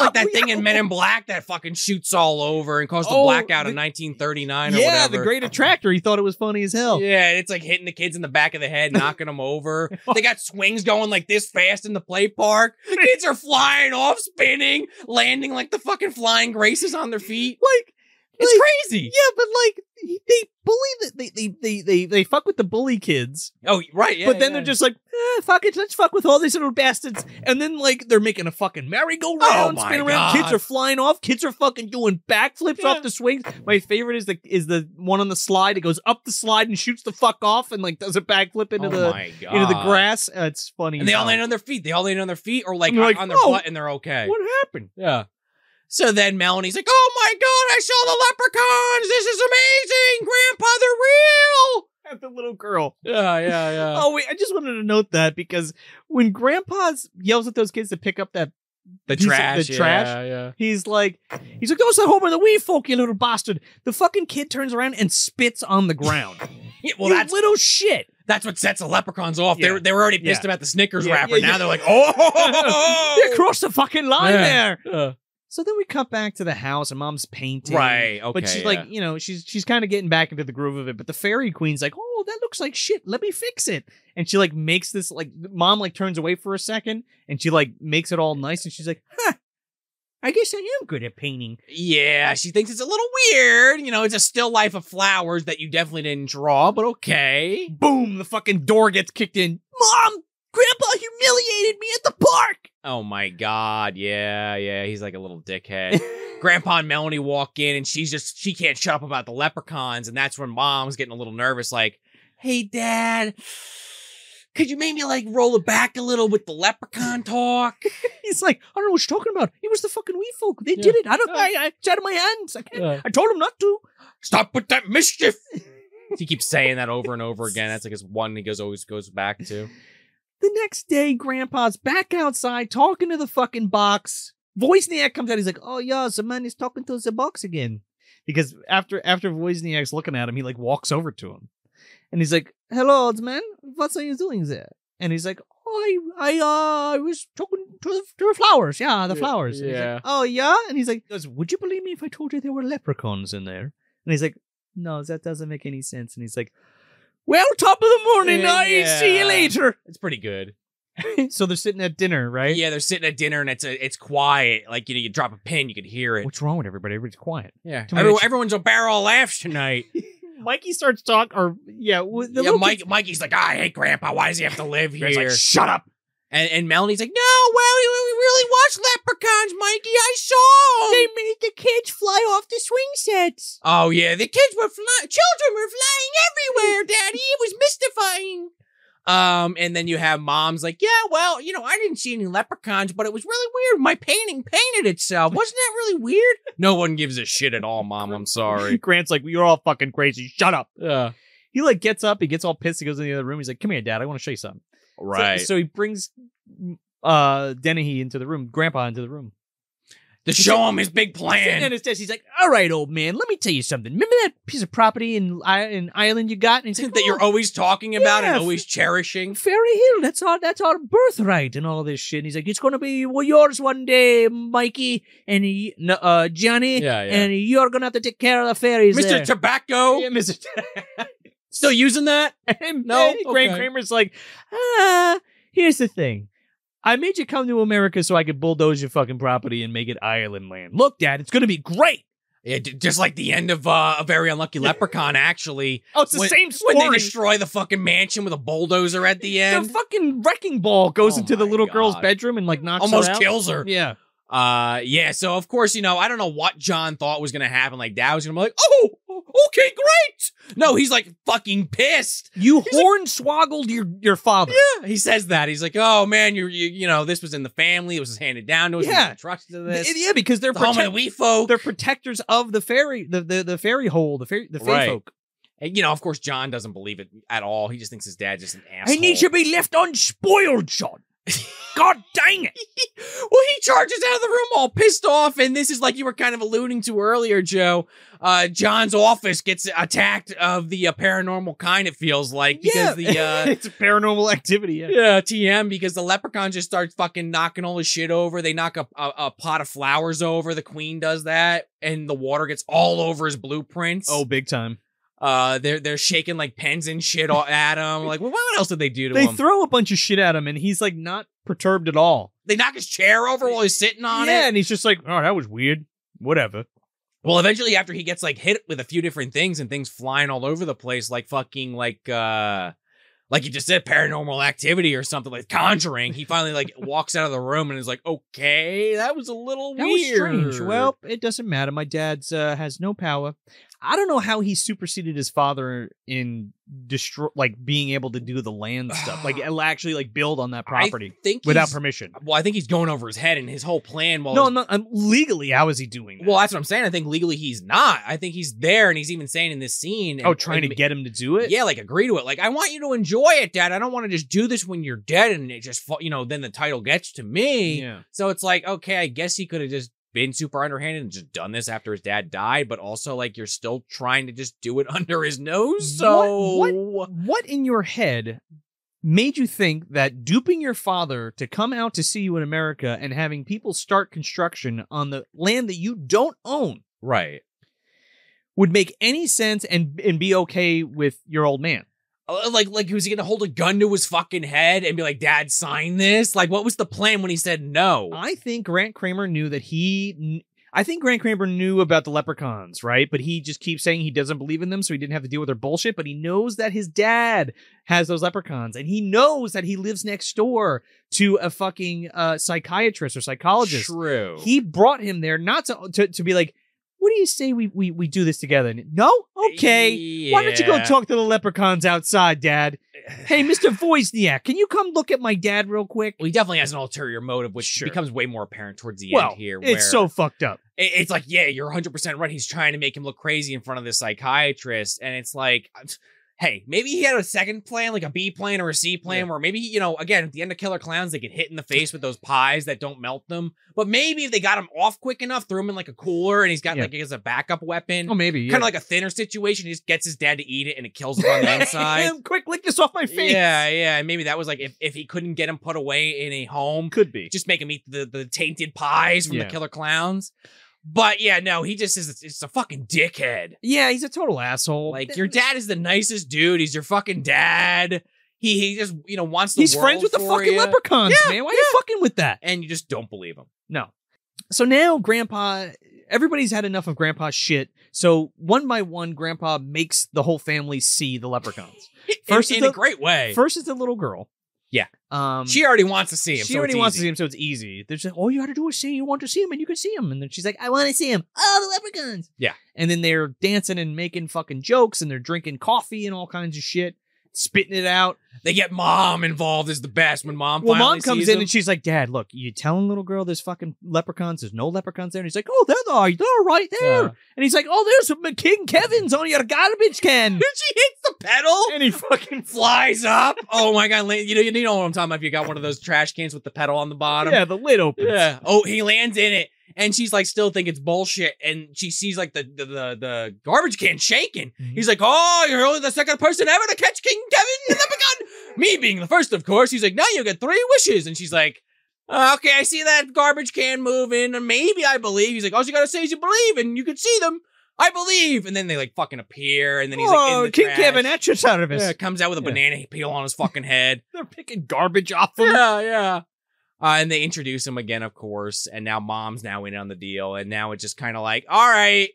S2: like that thing in Men in Black that fucking shoots all over and caused a
S1: Oh,
S2: blackout in
S1: the-
S2: 1939 or
S1: Yeah,
S2: whatever.
S1: the Great Attractor. He thought it was funny as hell.
S2: Yeah, it's like hitting the kids in the back of the head, knocking them over. They got swings going like this fast in the play park. Kids are flying off, spinning, landing like the fucking flying graces on their feet.
S1: Like,
S2: It's
S1: like,
S2: crazy.
S1: yeah, but like he- they bully the they they they they, they fuck with the bully kids,
S2: Oh, right. Yeah,
S1: but then
S2: yeah.
S1: they're just like, eh, fuck it, let's fuck with all these little bastards, and then like they're making a fucking merry-go-round,
S2: Oh my
S1: spin around.
S2: God.
S1: Kids are flying off. Kids are fucking doing backflips
S2: Yeah.
S1: off the swings. My favorite is the is the one on the slide. It goes up the slide and shoots the fuck off and like does a backflip into
S2: oh
S1: the
S2: my God.
S1: into the grass. Uh, it's funny.
S2: And they all
S1: how-
S2: land on their feet. They all land on their feet or like,
S1: And they're like,
S2: on their
S1: "Oh,
S2: butt and they're okay.
S1: What happened?
S2: Yeah. So then Melanie's like, oh my god, I saw the leprechauns. This is amazing. Grandpa, they're real.
S1: at the little girl.
S2: Yeah, yeah, yeah.
S1: Oh wait, I just wanted to note that because when Grandpa yells at those kids to pick up that,
S2: the
S1: piece of- the
S2: trash.
S1: trash?
S2: Yeah, yeah.
S1: he's like, he's like, "Don't sit home with the wee folk, you little bastard." The fucking kid turns around and spits on the ground.
S2: yeah
S1: well, that little shit.
S2: that's what sets the leprechauns off.
S1: Yeah.
S2: They were they were already
S1: Yeah.
S2: pissed about the Snickers
S1: Yeah,
S2: wrapper.
S1: yeah,
S2: now
S1: yeah.
S2: they're like, oh,
S1: They crossed the fucking line
S2: Yeah.
S1: there.
S2: Uh,
S1: So then we cut back to the house and mom's painting.
S2: right. Okay.
S1: But she's like, you know, she's she's kind of getting back into the groove of it. But the fairy queen's like, oh, that looks like shit. Let me fix it. And she like makes this like mom like turns away for a second and she like makes it all nice and she's like, huh, I guess I am good at painting.
S2: yeah, she thinks it's a little weird. You know, it's a still life of flowers that you definitely didn't draw, but okay.
S1: Boom, the fucking door gets kicked in. Mom, grandpa humiliated me at the park.
S2: Oh my god, yeah, yeah. He's like a little dickhead. Grandpa and Melanie walk in, and she's just she can't shut up about the leprechauns, and that's when Mom's getting a little nervous. Like, hey, Dad, could you maybe like roll it back a little with the leprechaun talk?
S1: He's like, I don't know what you're talking about. It was the fucking wee folk. They
S2: Yeah.
S1: did it. I don't
S2: Yeah.
S1: I, I it's out of my hands. I can't I told him not to.
S2: Stop with that mischief. he keeps saying that over and over again. That's like his one he goes always goes back to.
S1: The next day, Grandpa's back outside talking to the fucking box. Voisniak comes out. He's like, "Oh yeah, the man is talking to the box again." Because after after Voisniak's looking at him, he like walks over to him, and he's like, "Hello, old man. What are you doing there?" And he's like, "Oh, I I uh I was talking to the, to the flowers. Yeah, the
S2: Yeah,
S1: flowers." And he's like,
S2: yeah.
S1: oh yeah, and he's like, goes, "Would you believe me if I told you there were leprechauns in there?" And he's like, "No, that doesn't make any sense." And he's like, "Well, top of the morning.
S2: Yeah,
S1: I see
S2: Eh, yeah.
S1: you later."
S2: It's pretty good.
S1: so they're sitting at dinner, right?
S2: Yeah, they're sitting at dinner and it's a, it's quiet. Like you know, you drop a pin, you could hear it.
S1: What's wrong with everybody? Everybody's quiet.
S2: Yeah,
S1: Too many
S2: Everyone,
S1: ch-
S2: everyone's a barrel of laughs tonight.
S1: Mikey starts talking, or yeah, w- the
S2: yeah,
S1: little
S2: Mike, Mikey's like, I hate Grandpa. Why does he have to live here?
S1: kid's like, shut up.
S2: and, and Melanie's like, No, well, we, we really watched Leprechauns, Mikey. I saw 'em."
S1: made the kids fly off the swing sets.
S2: Oh yeah, the kids were flying. Children were flying everywhere, Daddy. It was mystifying. Um, and then you have moms like, yeah, well, you know, I didn't see any leprechauns, but it was really weird. My painting painted itself. Wasn't that really weird? No one gives a shit at all, Mom. I'm sorry.
S1: Grant's like, you're all fucking crazy. Shut up.
S2: Yeah.
S1: He like gets up. He gets all pissed. He goes in the other room. He's like, come here, Dad. I want to show you something. So-
S2: Right.
S1: So, he brings uh Dennehy into the room, Grandpa into the room.
S2: to show him his big
S1: Sitting at
S2: plan.
S1: his desk, he's like, all right, old man, let me tell you something. Remember that piece of property in, I- in Ireland you got? And he's like,
S2: That
S1: "Oh,
S2: you're always talking about
S1: Yeah.
S2: and always cherishing.
S1: Fairy Hill, that's our that's our birthright and all this shit. And he's like, it's gonna be well, yours one day, Mikey and he, no, uh, Johnny,
S2: Yeah,
S1: and you're gonna have to take care of the fairies,
S2: Mr.
S1: there."
S2: Tobacco.
S1: Yeah, Mr.
S2: Still using that?
S1: and
S2: No?
S1: and Grant
S2: Okay.
S1: Kramer's like, ah, here's the thing. I made you come to America so I could bulldoze your fucking property and make it Ireland land. Look, Dad, it's gonna be great.
S2: Yeah, d- just like the end of uh, a very unlucky leprechaun, actually.
S1: Oh, it's the
S2: When-
S1: same
S2: when
S1: story.
S2: they destroy the fucking mansion with a bulldozer at the
S1: the
S2: end.
S1: fucking wrecking ball goes
S2: Oh
S1: into the
S2: my
S1: little girl's
S2: God.
S1: bedroom and like knocks
S2: Almost
S1: her out.
S2: kills her.
S1: Yeah.
S2: Uh, yeah. So of course, you know, I don't know what John thought was gonna happen. Like Dad was gonna be like, "Oh, okay, great." No, he's like fucking pissed.
S1: You hornswoggled your your father.
S2: Yeah, he says that. He's like, "Oh man, you you you know, this was in the family. It was handed down to us.
S1: Yeah.
S2: Yeah, trusted to this.
S1: Yeah, because they're
S2: the home of the
S1: protect-
S2: wee folk.
S1: they're protectors of the fairy the the, the fairy hole the fairy the fairy
S2: Right.
S1: folk.
S2: And, you know, of course, John doesn't believe it at all. He just thinks his dad's just an asshole.
S1: I need to be left unspoiled, John. God dang it!
S2: well, he charges out of the room all pissed off, and this is like you were kind of alluding to earlier, Joe. Uh, John's office gets attacked of the uh, paranormal kind. It feels like because the uh,
S1: it's a paranormal activity. Yeah.
S2: yeah TM because the leprechaun just starts fucking knocking all the shit over. They knock a, a a pot of flowers over. The queen does that, and the water gets all over his blueprints.
S1: Oh, big time!
S2: uh, they're they're shaking like pens and shit all at him. Like, well, what else did they do to
S1: They
S2: him?
S1: throw a bunch of shit at him, and he's like not perturbed at all.
S2: they knock his chair over while he's sitting on it.
S1: yeah, and he's just like, "Oh, that was weird. Whatever."
S2: Well, eventually, after he gets like hit with a few different things and things flying all over the place, like fucking like uh like you just said, paranormal activity or something like conjuring. He finally like walks out of the room and is like, "Okay, that was a little
S1: That
S2: weird."
S1: was strange. Well, it doesn't matter. My dad's uh, has no power. I don't know how he superseded his father in destroy, like being able to do the land stuff, like it'll actually like build on that property
S2: I think
S1: without
S2: he's-
S1: permission.
S2: Well, I think he's going over his head and his whole plan. While
S1: No, no, um, legally, how is he doing? That?
S2: well, that's what I'm saying. I think legally he's not. I think he's there, and he's even saying in this scene.
S1: oh,
S2: and-
S1: trying to
S2: and-
S1: get him to do it.
S2: Yeah, like agree to it. Like I want you to enjoy it, Dad. I don't want to just do this when you're dead, and it just fa- you know then the title gets to me.
S1: yeah.
S2: So it's like okay, I guess he could have just been super underhanded and just done this after his dad died, but also like you're still trying to just do it under his nose. So
S1: What- What in your head made you think that duping your father to come out to see you in America and having people start construction on the land that you don't own
S2: right.
S1: would make any sense and and be okay with your old man?
S2: Uh, Like, like, was he gonna hold a gun to his fucking head and be like, "Dad, sign this"? Like, what was the plan when he said no?
S1: I think Grant Kramer knew that he. kn- I think Grant Kramer knew about the leprechauns, right? But he just keeps saying he doesn't believe in them, so he didn't have to deal with their bullshit. But he knows that his dad has those leprechauns, and he knows that he lives next door to a fucking uh, psychiatrist or psychologist.
S2: True.
S1: He brought him there not to, to to be like, what do you say we we we do this together? And, no, okay. Why don't you go
S2: Yeah.
S1: talk to the leprechauns outside, Dad? Hey, Mister Voisniak, can you come look at my dad real quick?
S2: Well, he definitely has an ulterior motive, which
S1: Sure.
S2: becomes way more apparent towards the
S1: Well,
S2: end here. where-
S1: It's so fucked up.
S2: it- it's like, yeah, you're 100 percent right. He's trying to make him look crazy in front of this psychiatrist, and it's like, uh, hey, maybe he had a second plan, like a B plan or a C plan, where maybe you know, again, at the end of Killer Clowns, they get hit in the face with those pies that don't melt them. But maybe if they got him off quick enough, threw him in like a cooler, and he's got
S1: Yeah.
S2: like as a backup weapon.
S1: Oh, maybe yeah.
S2: Kind of like a thinner situation. He just gets his dad to eat it and it kills him on the inside.
S1: Quick, lick this off my face.
S2: Yeah, yeah. and Maybe that was like if, if he couldn't get him put away in a home,
S1: could be.
S2: just make him eat the, the tainted pies from
S1: Yeah.
S2: the killer clowns. But yeah, no, he just is it's a fucking dickhead.
S1: yeah, he's a total asshole.
S2: Like your dad is the nicest dude. He's your fucking dad. He he just you know wants the
S1: he's
S2: world
S1: friends with the
S2: for
S1: fucking
S2: ya,
S1: leprechauns,
S2: Yeah,
S1: man. Why are you fucking with that?
S2: and you just don't believe him.
S1: No. So now grandpa everybody's had enough of grandpa's shit. So one by one, grandpa makes the whole family see the leprechauns. First is
S2: in, in
S1: the-
S2: a great way.
S1: First is the little girl.
S2: Yeah.
S1: Um
S2: she already wants to see him.
S1: she
S2: so
S1: already
S2: it's
S1: wants to
S2: easy.
S1: see him, so it's easy. There's like, all you had to do is say you want to see him, and you can see him. And then she's like, "I want to see him." Oh, the leprechauns!
S2: Yeah.
S1: And then they're dancing and making fucking jokes, and they're drinking coffee and all kinds of shit, spitting it out.
S2: They get mom involved is the best when mom.
S1: Well,
S2: finally
S1: mom comes
S2: sees
S1: in
S2: him.
S1: and she's like, "Dad, look, you telling little girl there's fucking leprechauns? There's no leprechauns there." And he's like, "Oh, they're there, they're right there."
S2: Yeah.
S1: And he's like, "Oh, there's some King Kevin's on your garbage can."
S2: Dude, she hits the pedal.
S1: and he fucking
S2: flies up. Oh my god, Lan- you know you know what I'm talking about. If you got one of those trash cans with the pedal on the bottom,
S1: yeah, the lid opens.
S2: Yeah. Oh, he lands in it, and she's like still think it's bullshit, and she sees like the the the, the garbage can shaking.
S1: Mhm.
S2: He's like, "Oh, you're only the second person ever to catch King Kevin the gun. Me being the first, of course." He's like, "Now you get three wishes," and she's like. "Uh, okay, I see that garbage can moving, and maybe I believe. He's like, all you gotta say is you believe, and you can see them. I believe, and then they like fucking appear, and then he's like, in
S1: oh,
S2: the
S1: King
S2: trash.
S1: Kevin at your service.
S2: Yeah, comes out with a
S1: Yeah.
S2: banana peel on his fucking head.
S1: They're picking garbage off him.
S2: yeah, yeah. Uh, and they introduce him again, of course. And now mom's now in on the deal. And now it's just kind of like, all right,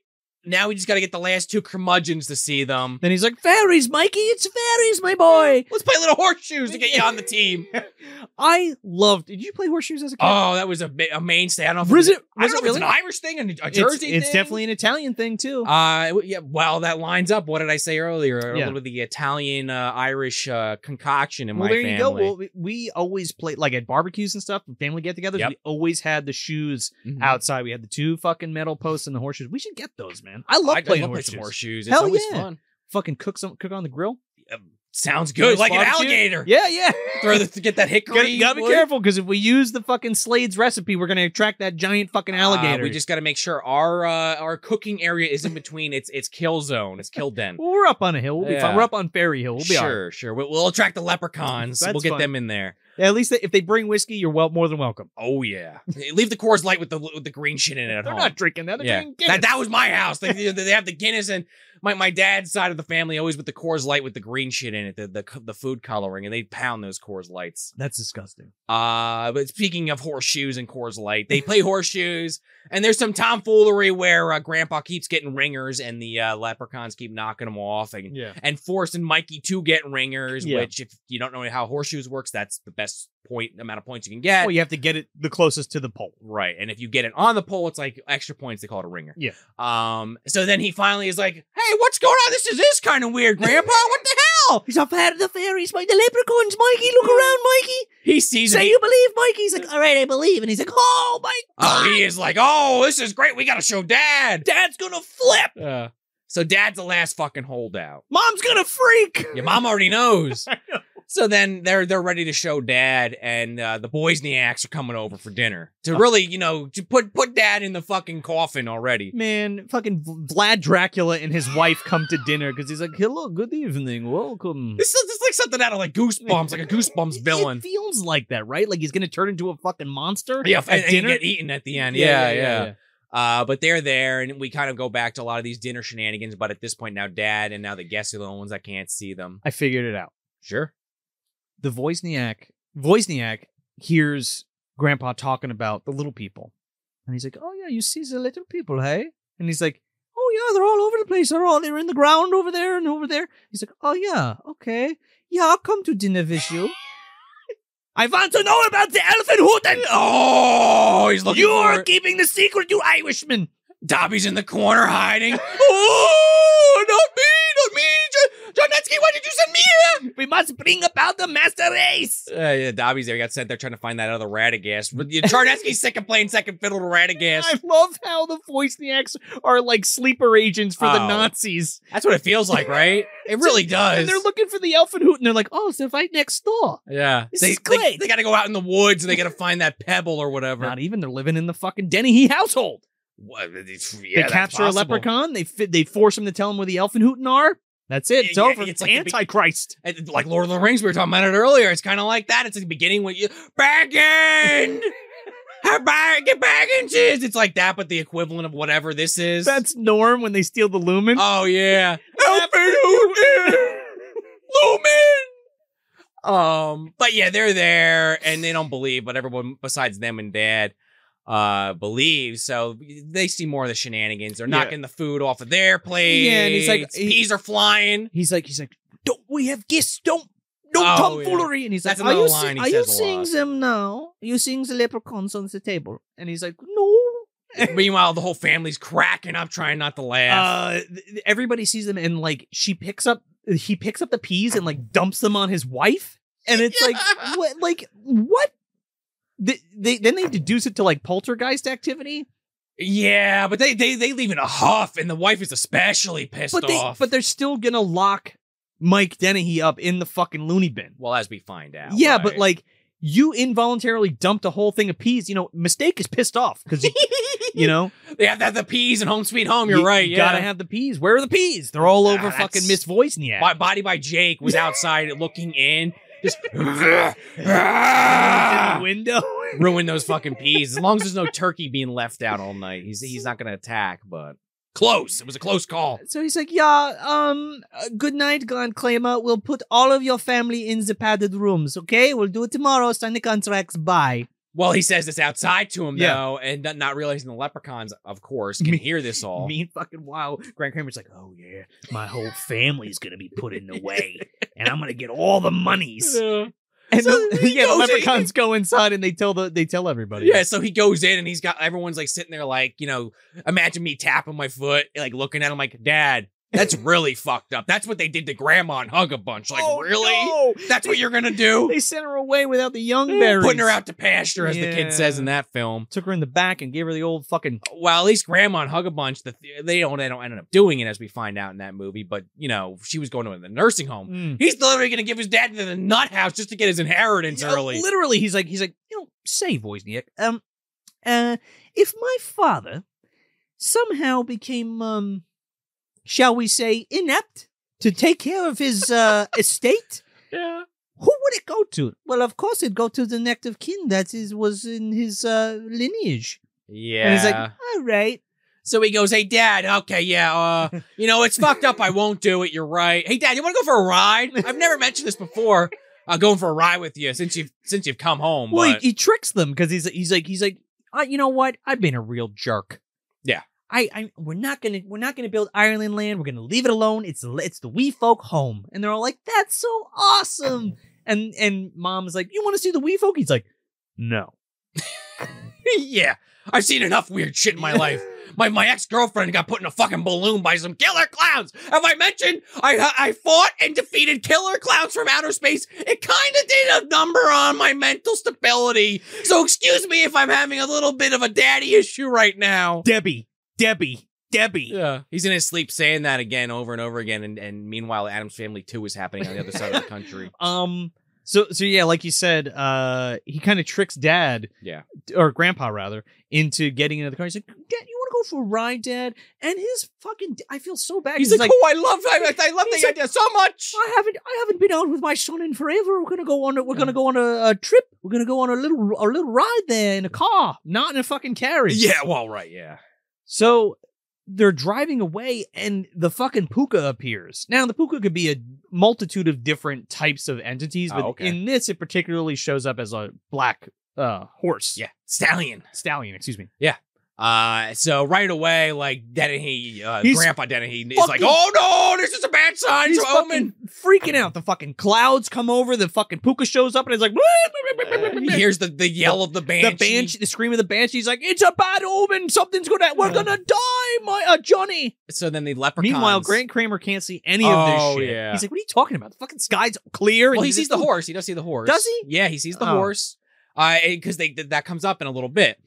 S2: now we just got to get the last two curmudgeons to see them.
S1: Then he's like, "Fairies, Mikey, it's fairies, my boy."
S2: Let's play little horseshoes to get you on the team.
S1: I loved. Did you play horseshoes as a kid?
S2: Oh, that was a, ma- a mainstay. I don't know if
S1: Was
S2: it's-
S1: it-
S2: I
S1: was
S2: don't
S1: it
S2: know if
S1: really?
S2: it's an Irish thing and a
S1: It's-
S2: Jersey
S1: It's,
S2: thing.
S1: definitely an Italian thing too.
S2: Uh, w- yeah. Well, that lines up. What did I say earlier? A
S1: Yeah.
S2: little bit of the Italian uh, Irish uh, concoction in
S1: well,
S2: my
S1: there
S2: family.
S1: you go. Well, we, we always played like at barbecues and stuff, family get-togethers.
S2: Yep.
S1: We always had the shoes
S2: Mhm.
S1: outside. We had the two fucking metal posts and the horseshoes. We should get those, man. I love
S2: I,
S1: playing
S2: I love playing
S1: horseshoes.
S2: some horseshoes. It's
S1: Hell
S2: always
S1: yeah.
S2: fun.
S1: Fucking cook some cook on the grill.
S2: Sounds good.
S1: Nice
S2: like an
S1: barbecue.
S2: alligator.
S1: Yeah, yeah.
S2: Throw the, get that hickory.
S1: gotta, gotta be
S2: wood.
S1: careful because if we use the fucking Slade's recipe, we're gonna attract that giant fucking alligator.
S2: Uh, we just got to make sure our uh, our cooking area is in between. It's it's kill zone. It's kill den.
S1: well, we're up on a hill. We'll be fine.
S2: Yeah.
S1: We're up on Ferry Hill. We'll be all right.
S2: sure, sure. We'll, we'll attract the leprechauns.
S1: That's
S2: we'll get
S1: fine.
S2: them in there.
S1: Yeah, at least they, if they bring whiskey, you're well more than welcome.
S2: Oh yeah. Leave the Coors Light with the with the green shit in it at
S1: They're
S2: home.
S1: not drinking that. They're
S2: yeah.
S1: drinking Guinness.
S2: That, that was my house. They, they they have the Guinness and my, my dad's side of the family always with the Coors Light with the green shit in it, the the, the food coloring, and they pound those Coors Lights.
S1: That's disgusting.
S2: Uh, but speaking of horseshoes and Coors Light, they play horseshoes, and there's some tomfoolery where uh, Grandpa keeps getting ringers, and the uh, leprechauns keep knocking him off, and
S1: Yeah.
S2: and forcing Mikey to get ringers.
S1: Yeah.
S2: Which, if you don't know how horseshoes works, that's the best point amount of points you can get.
S1: Well, you have to get it the closest to the pole.
S2: Right. And if you get it on the pole, it's like extra points. They call it a ringer.
S1: Yeah.
S2: Um. So then he finally is like, "Hey, what's going on? This is this kind of weird, Grandpa. what the hell?"
S1: He's a fan of the fairies, Mike. The leprechauns, Mikey. Look around, Mikey.
S2: He sees. it.
S1: Say
S2: He-
S1: you believe, Mikey. He's like, all right, I believe. And he's like, oh, my
S2: Oh, he is like, "Oh, this is great. We gotta show Dad."
S1: dad's gonna flip.
S2: Uh, so Dad's the last fucking holdout.
S1: Mom's gonna freak.
S2: Your mom already knows. So then they're they're ready to show dad, and uh, the Boisniaks are coming over for dinner to really, you know, to put put dad in the fucking coffin already.
S1: Man, fucking Vlad Dracula and his wife come to dinner because he's like, hello, good evening, welcome.
S2: This is, this is like something out of like Goosebumps, like a Goosebumps villain.
S1: It feels like that, right? Like he's gonna turn into a fucking monster
S2: Yeah,
S1: at
S2: and, and you
S1: dinner.
S2: get eaten at the end. Yeah, yeah. Uh, but they're there, and we kind of go back to a lot of these dinner shenanigans. But at this point, now dad and now the guests are the only ones that can't see them.
S1: I figured it out.
S2: Sure.
S1: The Voisniak, Voisniak hears Grandpa talking about the little people, and he's like, "Oh yeah, you see the little people, hey?" And he's like, "Oh yeah, they're all over the place. They're all they're in the ground over there and over there." He's like, "Oh yeah, okay, yeah, I'll come to dinner with you." I want to know about the elephant hooten.
S2: Oh, he's looking.
S1: You
S2: for
S1: are
S2: it.
S1: keeping the secret, you Irishman.
S2: Dobby's in the corner hiding. oh, not me, not me. Jo- John Netsky, why did you send me here?
S1: We must bring about the master race.
S2: Uh, yeah, Dobby's there. He got sent there trying to find that other Radagast. But, yeah, Charnetsky's sick of playing second fiddle to
S1: I
S2: Radagast.
S1: love how the Voisniaks are like sleeper agents for the
S2: Oh.
S1: Nazis.
S2: That's what it feels like, right? It really does.
S1: And they're looking for the elfin hoot, and they're like, oh, it's right next door.
S2: yeah,
S1: This
S2: they,
S1: is
S2: they- They,
S1: great.
S2: got to go out in the woods and they got to find that pebble or whatever.
S1: Not even. They're living in the fucking Dennehy household.
S2: What, it's- yeah,
S1: they
S2: that's
S1: capture a
S2: possible.
S1: leprechaun. They fit, they force him to tell him where the elfin hooten are. That's it. It's
S2: Yeah, yeah,
S1: over.
S2: it's
S1: It's
S2: like the big-
S1: Antichrist.
S2: And Like Lord of the Rings, we were talking about it earlier. It's kind of like that. It's the beginning when you back end, How back get back inches. It's like that, but the equivalent of whatever this is.
S1: That's Norm when they steal the lumen.
S2: oh yeah, Lumen. Um, but yeah, they're there and they don't believe, but everyone besides them and Dad uh believes. So they see more of the shenanigans. They're
S1: Yeah.
S2: knocking the food off of their plate.
S1: Yeah, and he's like- he-
S2: peas are flying.
S1: he's like, he's like, don't we have guests? Don't, don't
S2: Oh,
S1: tomfoolery. And he's like,
S2: That's
S1: are you,
S2: another
S1: see-
S2: line he
S1: are you
S2: says a
S1: seeing
S2: lot.
S1: them now? Are you seeing the leprechauns on the table? And he's like, no,
S2: Meanwhile, the whole family's cracking up, trying not to
S1: Uh,
S2: laugh.
S1: th- th- everybody sees them, and like she picks up, he picks up the peas and like dumps them on his wife, and it's like,
S2: Yeah.
S1: what, like what? They, they then they deduce it to like poltergeist activity,
S2: yeah, but they they they leave in a huff, and the wife is especially pissed
S1: but they
S2: off.
S1: but they're still gonna lock Mike Dennehy up in the fucking loony bin.
S2: well, as we find out,
S1: yeah, but
S2: right?
S1: like you involuntarily dumped a whole thing of peas. You know, mistake is pissed off because you know
S2: they have to have the peas and Home Sweet Home. You're
S1: you-
S2: right.
S1: You
S2: yeah,
S1: gotta have the peas. Where are the peas? They're all
S2: Ah,
S1: over fucking
S2: that's-
S1: Miss Voisniak.
S2: My body by Jake was outside looking in, just
S1: Out the
S2: ruin
S1: window.
S2: those fucking peas. As long as there's no turkey being left out all night, he's he's not gonna attack. But close, it was a close call.
S1: So he's like, yeah, um, uh, good night, Grand Claimer. We'll put all of your family in the padded rooms, okay? We'll do it tomorrow. Sign the contracts. Bye.
S2: Well, he says this outside to him
S1: Yeah.
S2: though, and not, not realizing the leprechauns, of course, can
S1: Me-
S2: hear this all.
S1: Mean fucking wow. Grand Kramer's like, oh yeah, my whole family's gonna be put in the way, and I'm gonna get all the monies.
S2: Yeah.
S1: And
S2: So
S1: the,
S2: he
S1: yeah, the
S2: goes in-
S1: leprechauns go inside and they tell the they tell everybody.
S2: Yeah, so he goes in and he's got everyone's like sitting there, like, you know, imagine me tapping my foot, like looking at him like, Dad, that's really fucked up. That's what they did to grandma and hug a bunch. Like,
S1: Oh,
S2: really?
S1: no!
S2: That's what you're gonna do? Mm,
S1: They sent her away without the young berries.
S2: Putting her out to pasture, as the
S1: Yeah.
S2: kid says in that film.
S1: Took her in the back and gave her the old fucking
S2: Well, at least grandma and hug a bunch, the, they don't they don't end up doing it as we find out in that movie, but you know, she was going to the nursing home.
S1: Mm.
S2: He's literally gonna give his dad to the nut house just to get his inheritance
S1: Yeah, oh,
S2: early.
S1: Literally, he's like, he's like, you know, say Wozniak, um, uh, if my father somehow became, um, shall we say, inept to take care of his uh, estate,
S2: Yeah.
S1: who would it go to? Well, of course, it'd go to the next of kin that is was in his uh, lineage.
S2: Yeah.
S1: And he's like, all right,
S2: So he goes, "Hey, Dad. Okay, yeah. Uh, you know, it's fucked up. I won't do it. You're right. Hey, Dad, you want to go for a ride? I've never mentioned this before. Uh, going for a ride with you since you've since you've come home.
S1: Well,
S2: but-
S1: he, he tricks them because he's he's like he's like, uh, you know what? I've been a real jerk.
S2: Yeah.
S1: I, I we're not gonna we're not gonna build Ireland land. We're gonna leave it alone. It's the- it's the wee folk home, and they're all like, that's so awesome. And and mom's like, "You want to see the Wee Folk?" He's like, "No."
S2: yeah, I've seen enough weird shit in my life. My my ex girlfriend got put in a fucking balloon by some killer clowns. Have I mentioned I I fought and defeated killer clowns from outer space? It kind of did a number on my mental stability. So excuse me if I'm having a little bit of a daddy issue right now.
S1: Debbie, Debbie, Debbie.
S2: Yeah, he's in his sleep saying that again over and over again, and, and meanwhile, Adam's Family Two is happening on the other side of the country.
S1: Um. So so yeah, like you said, uh, he kind of tricks dad,
S2: Yeah.
S1: or grandpa rather, into getting into the car. He's like, "Dad, you want to go for a ride, Dad?" And his fucking, I feel so bad.
S2: He's, like, oh, I love, I, I love
S1: He's
S2: the
S1: like-
S2: idea so much.
S1: I haven't I haven't been out with my son in forever. We're gonna go on a, we're gonna go on a, a trip. We're gonna go on a little a little ride there in a car, not in a fucking carriage.
S2: Yeah, well, right, yeah.
S1: So they're driving away and the fucking puka appears. Now the puka could be a multitude of different types of entities, but
S2: Oh, okay.
S1: in this it particularly shows up as a black uh horse.
S2: Yeah, stallion.
S1: Stallion, excuse me.
S2: Uh, so right away, like Dennehy, uh,
S1: He's
S2: Grandpa Dennehy is like,
S1: fucking-
S2: "Oh no, this is a bad sign. It's
S1: He's
S2: an omen."
S1: fucking freaking out. The fucking clouds come over, the fucking puka shows up and it's like
S2: Uh, he hears the, the yell of the banshee.
S1: the banshee, the scream of the banshee's like, "It's a bad omen. Something's gonna. We're
S2: Yeah.
S1: gonna die, my uh, Johnny."
S2: So then the leprechauns.
S1: Meanwhile, Grant Kramer can't see any
S2: Oh,
S1: of this shit.
S2: yeah.
S1: He's like, "What are you talking about? The fucking sky's clear."
S2: Well,
S1: and
S2: he
S1: he's
S2: sees the
S1: like,
S2: horse. He does see the horse.
S1: Does he?
S2: Yeah, he sees the
S1: Oh.
S2: horse. Uh, because they th- that comes up in a little bit.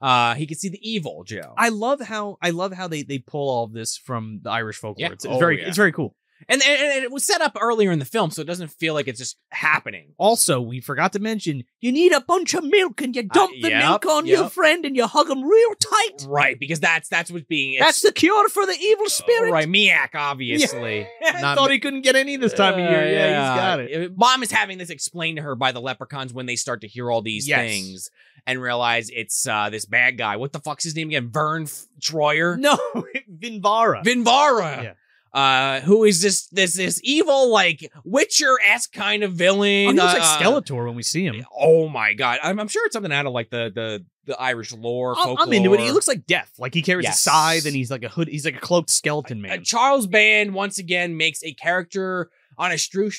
S2: Uh, he can see the evil Joe.
S1: I love how I love how they they pull all of this from the Irish folklore.
S2: Yeah.
S1: It's, it's
S2: Oh,
S1: very
S2: yeah.
S1: it's very cool.
S2: and, and, and it was set up earlier in the film, so it doesn't feel like it's just happening.
S1: Also, we forgot to mention you need a bunch of milk and you dump the
S2: yep,
S1: milk on your
S2: yep.
S1: friend and you hug him real tight.
S2: Right, because that's that's what being uh,
S1: That's the cure for the evil spirit.
S2: right. Miak, obviously.
S1: I
S2: Not
S1: thought he couldn't get any this time of
S2: Uh,
S1: year. Yeah, he's got it.
S2: Mom is having this explained to her by the leprechauns when they start to hear all these
S1: Yes.
S2: things and realize it's uh, this bad guy. What the fuck's his name again? Vern F- Troyer?
S1: No, Vinvara.
S2: Vinvara.
S1: Yeah.
S2: Uh, who is this this this evil like Witcher esque kind of villain?
S1: Oh, he looks like
S2: uh,
S1: Skeletor when we see him.
S2: Oh my god! I'm, I'm sure it's something out of like the the the Irish lore.
S1: I'm,
S2: Folklore.
S1: I'm into it. He looks like Death. Like he carries a
S2: Yes.
S1: scythe and he's like a hood. He's like a cloaked skeleton
S2: Uh,
S1: man.
S2: Charles Band once again makes a character on a stru-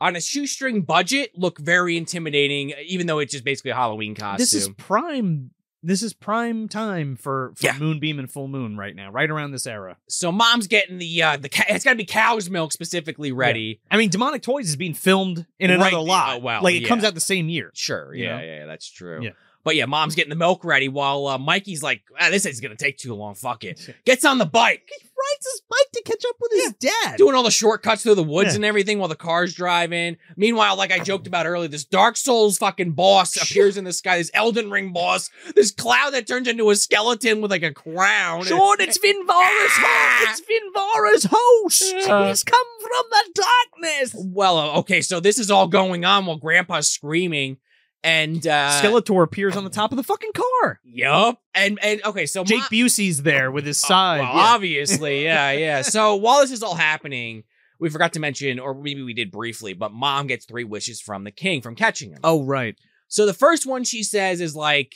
S2: on a shoestring budget look very intimidating, even though it's just basically a Halloween costume.
S1: This is prime. This is prime time for, for
S2: Yeah.
S1: Moonbeam and Full Moon right now, right around this era.
S2: so mom's getting the uh, the ca- it's got to be cow's milk specifically ready.
S1: I mean, Demonic Toys is being filmed in
S2: Right.
S1: another lot.
S2: Oh, wow.
S1: Like it comes
S2: Yeah.
S1: out the same year.
S2: Sure,
S1: You
S2: yeah,
S1: know?
S2: yeah, yeah, that's true.
S1: Yeah.
S2: But yeah, mom's getting the milk ready while uh, Mikey's like, ah, this is gonna take too long. Fuck it. Gets on the bike,
S1: He rides his bike to catch up with his dad.
S2: doing all the shortcuts through the woods
S1: Yeah.
S2: and everything while the car's driving. Meanwhile, like I joked about earlier, this Dark Souls fucking boss appears in the sky. This Elden Ring boss, this cloud that turns into a skeleton with like a crown.
S1: Sean, it's Vinvara's
S2: Ah! Uh,
S1: host. It's Vinvara's host.
S2: Yeah.
S1: He's come from the darkness.
S2: Well, uh, okay, so this is all going on while Grandpa's screaming, and uh,
S1: Skeletor appears on the top of the fucking car.
S2: Yup. And and okay, so
S1: Jake
S2: Ma-
S1: Busey's there with his
S2: Uh,
S1: scythe.
S2: Oh, well,
S1: Yeah.
S2: obviously, yeah, yeah. So while this is all happening, we forgot to mention, or maybe we did briefly, but mom gets three wishes from the king from catching him.
S1: Oh right.
S2: So the first one she says is like,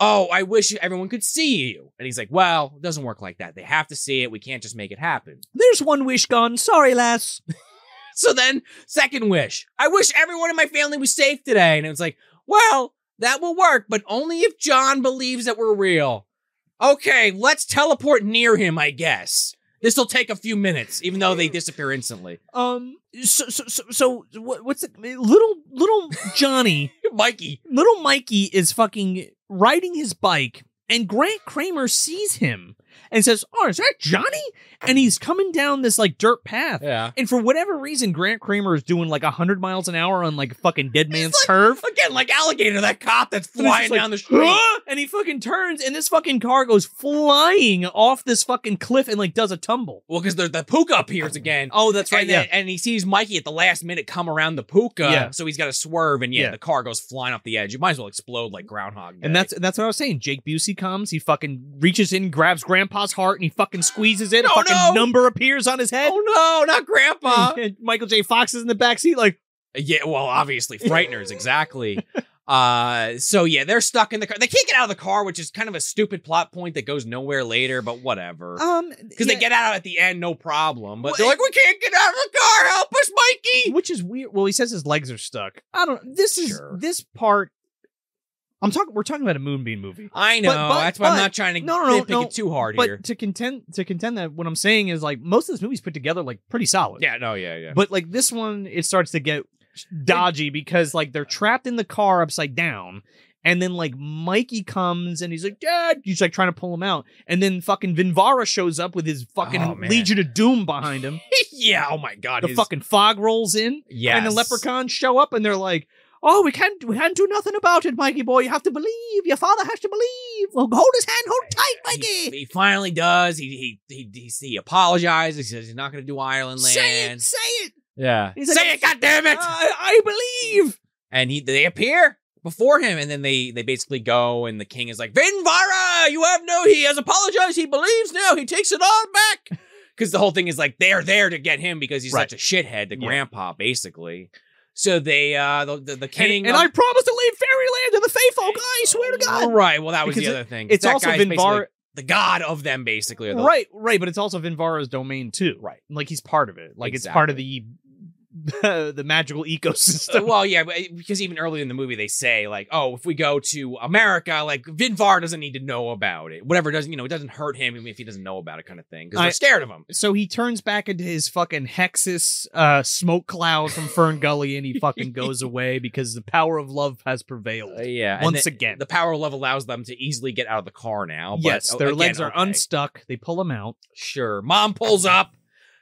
S2: "Oh, I wish everyone could see you," and he's like, "Well, it doesn't work like that. They have to see it. We can't just make it happen."
S1: There's one wish gone. Sorry, lass.
S2: So then, second wish, I wish everyone in my family was safe today. And it was like, well, that will work, but only if John believes that we're real. Okay, let's teleport near him, I guess. This will take a few minutes, even though they disappear instantly.
S1: Um. So so so, so what, what's the little little Johnny,
S2: Mikey.
S1: little Mikey is fucking riding his bike, and Grant Kramer sees him and says, "Oh, is that Johnny?" And he's coming down this like dirt path.
S2: Yeah.
S1: And for whatever reason, Grant Kramer is doing like hundred miles an hour on like fucking dead man's curve.
S2: Again, like alligator, that cop that's
S1: And it's
S2: flying
S1: just like,
S2: down the street.
S1: "Huh?" And he fucking turns, and this fucking car goes flying off this fucking cliff and like does a tumble.
S2: Well, because the puka appears again.
S1: Oh, that's
S2: and, then- and he sees Mikey at the last minute come around the puka,
S1: Yeah.
S2: so he's got to swerve, and yeah,
S1: Yeah.
S2: the car goes flying off the edge. You might as well explode like Groundhog. Day.
S1: And that's that's what I was saying. Jake Busey comes, he fucking reaches in, grabs grandpa's heart, and he fucking squeezes it.
S2: No,
S1: a fucking
S2: no.
S1: number appears on his head.
S2: Oh no, not Grandpa.
S1: uh. And Michael J. Fox is in the backseat, like,
S2: yeah, well, obviously, frighteners, exactly. Uh, so yeah, they're stuck in the car. They can't get out of the car, which is kind of a stupid plot point that goes nowhere later, but whatever.
S1: Um,
S2: Because
S1: yeah,
S2: they get out at the end, no problem. But
S1: Well,
S2: they're like, we can't get out of the car. Help us, Mikey.
S1: which is weird. Well, he says his legs are stuck. I don't. This is
S2: Sure.
S1: this part. I'm talking. We're talking about a Moonbeam movie.
S2: I know.
S1: but-
S2: that's why
S1: but-
S2: I'm not trying to
S1: no, no, no,
S2: nitpick
S1: no,
S2: it too hard
S1: But
S2: here.
S1: to contend to contend that what I'm saying is like most of this movie's put together like pretty solid.
S2: Yeah, no, yeah, yeah.
S1: But like this one, it starts to get dodgy because like they're trapped in the car upside down. And then like Mikey comes and he's like, Dad, he's like trying to pull him out. And then fucking Vinvara shows up with his fucking
S2: Oh, man.
S1: Legion of Doom behind him.
S2: yeah, oh my god.
S1: the
S2: his-
S1: fucking fog rolls in.
S2: yes.
S1: And the leprechauns show up and they're like, Oh, we can't we can't do nothing about it, Mikey boy. You have to believe. Your father has to believe. Well, hold his hand, hold tight,
S2: He,
S1: Mikey.
S2: he finally does. He he he he, he apologizes. He says he's not going to do Ireland land.
S1: Say it, say it.
S2: Yeah.
S1: He's
S2: Say
S1: like, Uh.
S2: it, goddamn it!
S1: I, I believe.
S2: and he they appear before him, and then they they basically go, and the king is like, Vinvara, you have no. He has apologized. He believes now. He takes it all back. Because the whole thing is like they're there to get him because he's
S1: Right.
S2: such a shithead, the
S1: Yeah.
S2: grandpa, basically. So they uh the the, the king
S1: and, and I promise to leave Fairyland to the faithful. guy, I swear to God.
S2: Right. Well, that was
S1: Because
S2: the other thing.
S1: It's
S2: oh, That
S1: also
S2: guy's
S1: been
S2: basically the god of them, basically. or the-
S1: right, right, but it's also Vinvara's domain too.
S2: Right.
S1: like he's part of it. Like it's part of the the magical
S2: Uh,
S1: ecosystem.
S2: well, yeah, but- eh, because even early in the movie they say like, "Oh, if we go to America, like Vinvar doesn't need to know about it. Whatever doesn't, you know, it doesn't hurt him even if he doesn't know about it, kind of thing. Because
S1: I-
S2: they're scared of him.
S1: so he turns back into his fucking Hexus uh, smoke cloud from Fern Gully, and he fucking goes away because the power of love has prevailed.
S2: Uh, yeah. and
S1: Once
S2: the-
S1: again,
S2: the power of love allows them to easily get out of the car now. But,
S1: yes,
S2: oh,
S1: their
S2: again,
S1: legs are
S2: okay.
S1: unstuck. They pull him out.
S2: Sure, mom pulls up.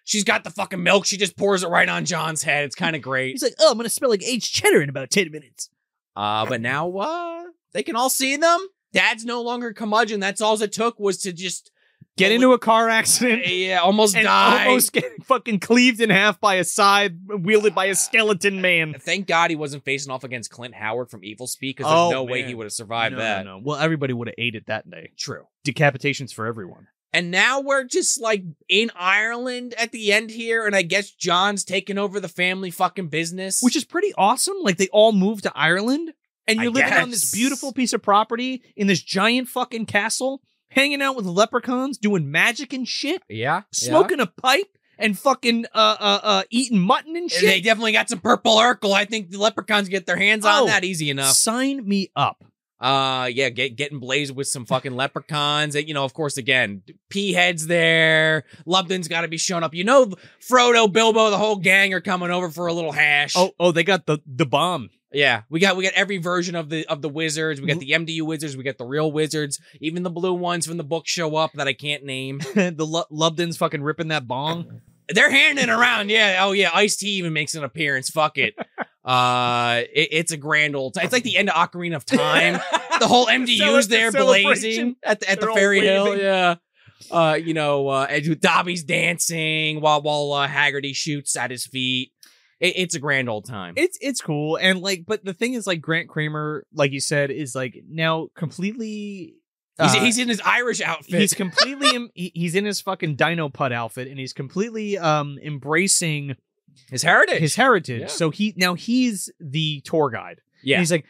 S2: She's got the fucking milk. She just pours it right on John's head. It's kind of great.
S1: He's like, "Oh, I'm gonna smell like aged cheddar in about ten minutes."
S2: Uh, but now uh, they can all see them. Dad's no longer curmudgeon. That's all it took was to just
S1: Get
S2: Well,
S1: into a car accident.
S2: yeah, almost
S1: and
S2: die.
S1: almost getting fucking cleaved in half by a scythe wielded by a skeleton man.
S2: Thank God he wasn't facing off against Clint Howard from Evil Speak because
S1: Oh,
S2: there's no way
S1: man.
S2: he would have survived
S1: no,
S2: that.
S1: No, no. Well, everybody would have ate it that day.
S2: True.
S1: Decapitations for everyone.
S2: And now we're just like in Ireland at the end here, and I guess John's taking over the family fucking business.
S1: Which is pretty awesome. Like they all moved to Ireland and
S2: I
S1: you're living on this
S2: guess.
S1: beautiful piece of property in this giant fucking castle, hanging out with leprechauns, doing magic and shit,
S2: yeah,
S1: smoking a pipe and fucking uh uh uh eating mutton and
S2: yeah.
S1: shit.
S2: They definitely got some purple Urkel. I think the leprechauns get their hands on
S1: Oh.
S2: that easy enough.
S1: Sign me up.
S2: Uh, yeah, get getting blazed with some fucking leprechauns. And, you know, of course, again, P heads there. Lubden's got to be showing up. You know, Frodo, Bilbo, the whole gang are coming over for a little hash.
S1: Oh, oh, they got the the bomb.
S2: Yeah, we got we got every version of the of the wizards. We got the MDU wizards. We got the real wizards. Even the blue ones from the book show up that I can't name.
S1: the Lu- Lubden's fucking ripping that bong.
S2: They're handing it around. Yeah. Oh yeah. Ice T even makes an appearance. Fuck it. Uh, it, it's a grand old. Time. It's like the end of Ocarina of Time. the whole MDU's
S1: Cele-
S2: there
S1: celebration.
S2: blazing at the, at the
S1: They're all
S2: fairy hill.
S1: waving.
S2: Yeah. Uh, you know, uh, and Dobby's dancing while while uh, Haggerty shoots at his feet. It, it's a grand old time.
S1: it's it's cool and like but the thing is like grant kramer like you said is like now completely
S2: he's,
S1: uh,
S2: he's in his Irish outfit.
S1: he's completely im- he- he's in his fucking dino putt outfit and he's completely um embracing
S2: his heritage.
S1: his heritage
S2: Yeah.
S1: so he now he's the tour guide
S2: yeah.
S1: and he's like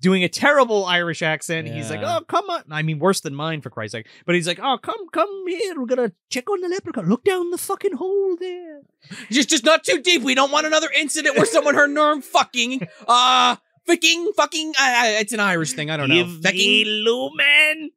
S1: doing a terrible irish accent he's like
S2: Yeah.
S1: oh come on i mean worse than mine for christ's sake but he's like oh come come here we're gonna check on the leprechaun look down the fucking hole there
S2: Just, just not too deep. We don't want another incident where someone heard Norm fucking, uh, fucking, fucking. Uh, it's an Irish thing. I don't know.
S1: Give me
S2: Fecking,
S1: lumen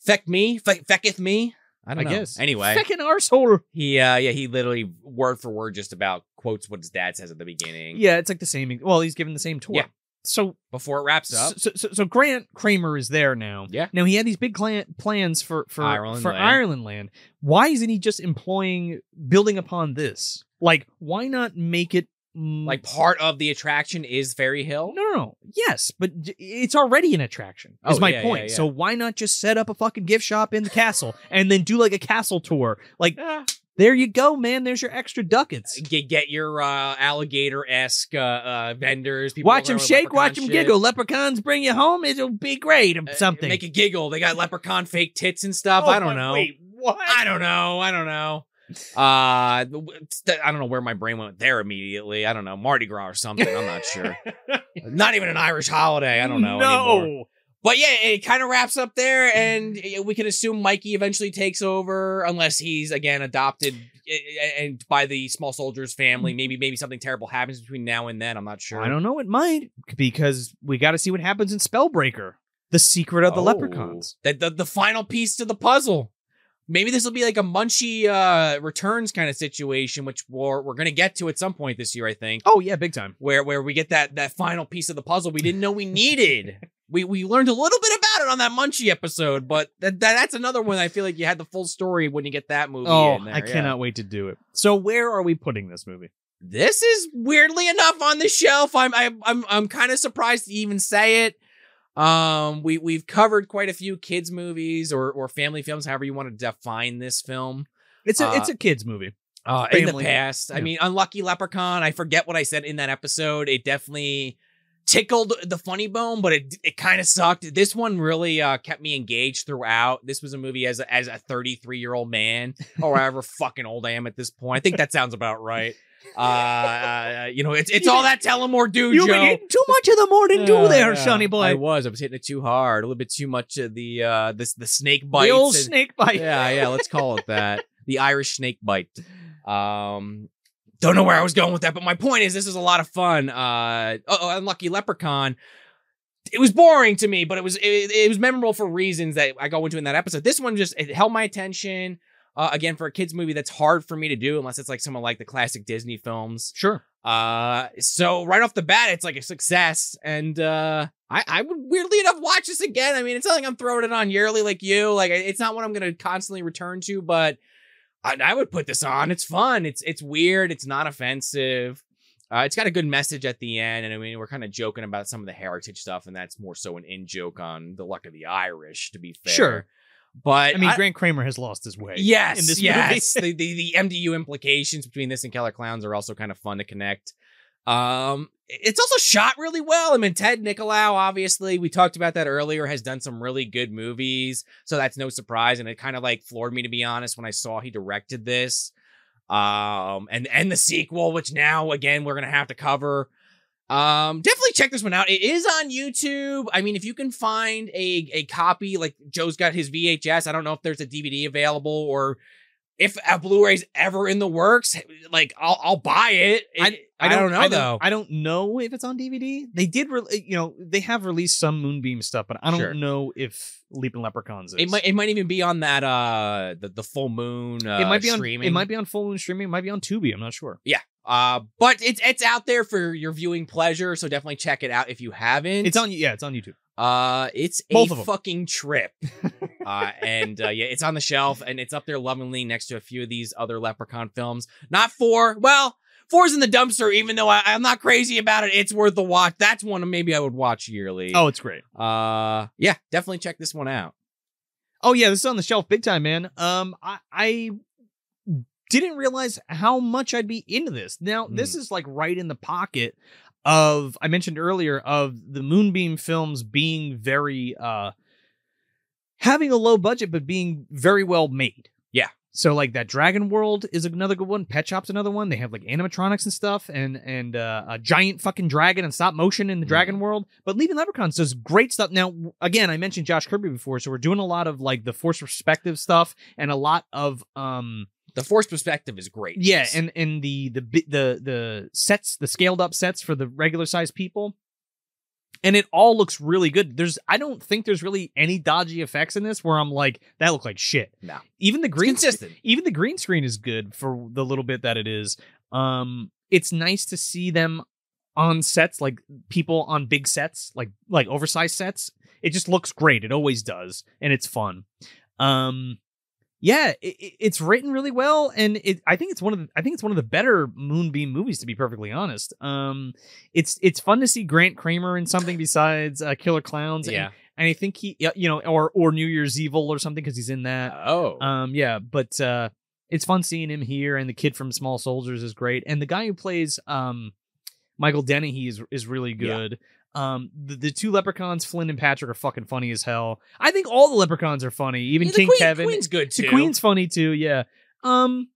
S2: feck me, feck, fecketh me. I don't
S1: I
S2: know.
S1: guess.
S2: Anyway,
S1: fucking arsehole
S2: he, uh, yeah, he literally word for word just about quotes what his dad says at the beginning.
S1: Yeah, it's like the same. Well, he's given the same tour.
S2: Yeah.
S1: So,
S2: Before it wraps
S1: so,
S2: up,
S1: so, so Grant Kramer is there now.
S2: Yeah.
S1: Now he had these big clan- plans for for
S2: Ireland
S1: for
S2: land.
S1: Ireland land. Why isn't he just employing building upon this? Like, why not make it mm,
S2: like part of the attraction is Fairy Hill.
S1: No, no, no. Yes, but j- it's already an attraction. Is
S2: Oh,
S1: my
S2: yeah,
S1: point.
S2: yeah, yeah.
S1: So why not just set up a fucking gift shop in the castle and then do like a castle tour? Like,
S2: Ah.
S1: there you go, man. There's your extra ducats.
S2: Get, get your uh, alligator esque uh, uh, vendors. People
S1: Watch
S2: over
S1: him
S2: with
S1: shake, watch
S2: leprechaun
S1: him
S2: shit.
S1: giggle. Leprechauns bring you home. It'll be great or
S2: Uh,
S1: something.
S2: Oh, Make a giggle. They got leprechaun fake tits and stuff. I don't know.
S1: Oh, what?
S2: I don't know. I don't know. Uh, th- I don't know where my brain went there immediately. I don't know Mardi Gras or something. I'm not sure. not even an Irish holiday. I don't know.
S1: No.
S2: Anymore. But yeah, it kind of wraps up there, and we can assume Mikey eventually takes over, unless he's again adopted eh, and by the small soldiers family. Maybe maybe something terrible happens between now and then. I'm not sure.
S1: Mm-hmm. I don't know. It might because we got to see what happens in Spellbreaker, the secret of the
S2: Oh.
S1: leprechauns.
S2: That the, the final piece to the puzzle. Maybe this will be like a Munchie uh, returns kind of situation, which we're we're gonna get to at some point this year, I think.
S1: Oh yeah, big time.
S2: Where where we get that that final piece of the puzzle we didn't know we needed. we we learned a little bit about it on that Munchie episode, but that, that that's another one I feel like you had the full story when you get that movie.
S1: Oh,
S2: in there,
S1: I
S2: yeah.
S1: cannot wait to do it. So where are we putting this movie?
S2: this is weirdly enough on the shelf. I'm I'm I'm, I'm kind of surprised to even say it. Um, we we've covered quite a few kids movies or or family films, however you want to define this film.
S1: It's a
S2: Uh,
S1: it's a kids movie.
S2: Uh, in the
S1: Family.
S2: past, I
S1: Yeah.
S2: mean, Unlucky Leprechaun. I forget what I said in that episode. It definitely tickled the funny bone, but it it kind of sucked. This one really uh, kept me engaged throughout. This was a movie as a, as a 33 year old man, or however fucking old I am at this point. I think that sounds about right. Uh, uh, you know, it's it's all that Telemore dude,
S1: You've been
S2: Joe.
S1: eating too much of the morning dew
S2: Yeah,
S1: there,
S2: yeah.
S1: Shiny
S2: I
S1: boy.
S2: was. I was hitting it too hard. A little bit too much of the uh, this the snake bites.
S1: The old
S2: and-
S1: snake bite.
S2: yeah, yeah, let's call it that. The Irish snake bite. Um don't know where I was going with that, but my point is this is a lot of fun. Uh oh, unlucky leprechaun. It was boring to me, but it was it, it was memorable for reasons that I go into in that episode. This one just it held my attention. Uh, again, for a kids movie, that's hard for me to do unless it's like some of like the classic Disney films.
S1: Sure.
S2: Uh, so right off the bat, it's like a success, and uh, I I would weirdly enough watch this again. I mean, it's not like I'm throwing it on yearly like you. Like it's not what I'm gonna constantly return to, but I, I would put this on. It's fun. It's it's weird. It's not offensive. Uh, it's got a good message at the end, and I mean, we're kind of joking about some of the heritage stuff, and that's more so an in joke on the luck of the Irish, to be fair.
S1: Sure.
S2: but
S1: I mean, Grant Kramer has lost his way.
S2: Yes,
S1: in this
S2: yes. the, the the MDU implications between this and Keller Clowns are also kind of fun to connect. Um, it's also shot really well. I mean, Ted Nicolau, obviously, we talked about that earlier, has done some really good movies, so that's no surprise. And it kind of like floored me to be honest when I saw he directed this. Um, and and the sequel, which now again we're gonna have to cover. Um, definitely check this one out. It is on YouTube. I mean, if you can find a a copy, like Joe's got his VHS. I don't know if there's a DVD available or if a Blu-ray's ever in the works. Like, I'll I'll buy it. It- I, don't, know though.
S1: I don't know if it's on DVD. They did, re- you know, they have released some Moonbeam stuff, but I don't
S2: Sure.
S1: know if Leaping Leprechauns is.
S2: it might it might even be on that uh the, the full moon. Uh,
S1: it might be on.
S2: streaming.
S1: It might be on full moon streaming. It might be on Tubi. I'm not sure.
S2: Uh, but it's it's out there for your viewing pleasure. So definitely check it out if you haven't.
S1: It's on. Yeah, it's on YouTube.
S2: Uh, it's
S1: Both
S2: a
S1: of 'em.
S2: fucking trip. uh, and uh, yeah, it's on the shelf and it's up there lovingly next to a few of these other Leprechaun films. Not four. Well, four's in the dumpster. Even though I, I'm not crazy about it, it's worth the watch. That's one maybe I would watch yearly.
S1: Oh, it's great.
S2: Uh, yeah, definitely check this one out.
S1: Oh yeah, this is on the shelf big time, man. Um, I, I didn't realize how much I'd be into this. Now this is like right in the pocket of I mentioned earlier of the Moonbeam films being very uh having a low budget but being very well made.
S2: Yeah.
S1: So like that Dragon World is another good one. Pet Shop's another one. They have like animatronics and stuff, and and uh, a giant fucking dragon and stop motion in the
S2: Mhm.
S1: Dragon World. But Leaving Leprechauns does great stuff. Now w- again, I mentioned Josh Kirby before, so we're doing a lot of like the Force Perspective stuff and a lot of um
S2: The forced perspective is great.
S1: yeah, and and the the bi- the the sets, the scaled up sets for the regular size people, and it all looks really good. There's I don't think there's really any dodgy effects in this where I'm like that looked like shit.
S2: No.
S1: even the
S2: It's
S1: green sc-
S2: consistent.
S1: even the green screen is good for the little bit that it is. Um, it's nice to see them on sets like people on big sets, like like oversized sets. It just looks great. It always does, and it's fun. Um, yeah, it, it- it's written really well, and it I think it's one of the I think it's one of the better Moonbeam movies to be perfectly honest. Um, it's it's fun to see Grant Kramer in something besides uh, Killer Clowns. and-
S2: Yeah.
S1: and I think he yeah, you know or or New Year's Evil or something because he's in that.
S2: Oh.
S1: Um, yeah, but uh, it's fun seeing him here, and the kid from Small Soldiers is great, and the guy who plays um, Michael Dennehy is is really
S2: Yeah.
S1: good. Um, the, the two leprechauns, Flynn and Patrick, are fucking funny as hell. I think all the leprechauns are funny, even
S2: Yeah, the
S1: King
S2: Queen-
S1: Kevin.
S2: Queen's good too.
S1: the Queen's funny too. Yeah. Um,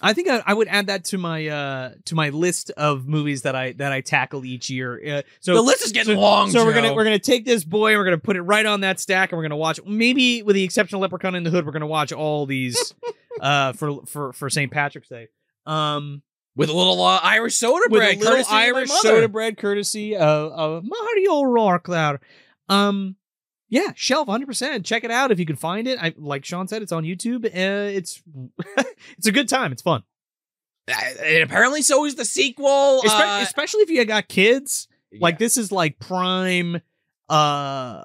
S1: I think I, I would add that to my uh to my list of movies that I that I tackle each year. Uh, so
S2: the list is getting
S1: so,
S2: long.
S1: So we're
S2: Joe.
S1: gonna we're gonna take this boy and we're gonna put it right on that stack and we're gonna watch maybe with the exception of Leprechaun in the Hood, we're gonna watch all these uh for for for St. Patrick's Day. Um
S2: with a little uh, Irish soda
S1: with
S2: bread,
S1: a little
S2: courtesy of my
S1: Irish
S2: mother.
S1: soda bread courtesy of, of Mario O'Rourke there. Um yeah, shelf 100%. Check it out if you can find it. I like Sean said it's on YouTube. Uh, it's it's a good time. It's fun.
S2: Uh, And apparently, so is the sequel.
S1: Espe-
S2: uh,
S1: especially if you got kids. Like this is like prime uh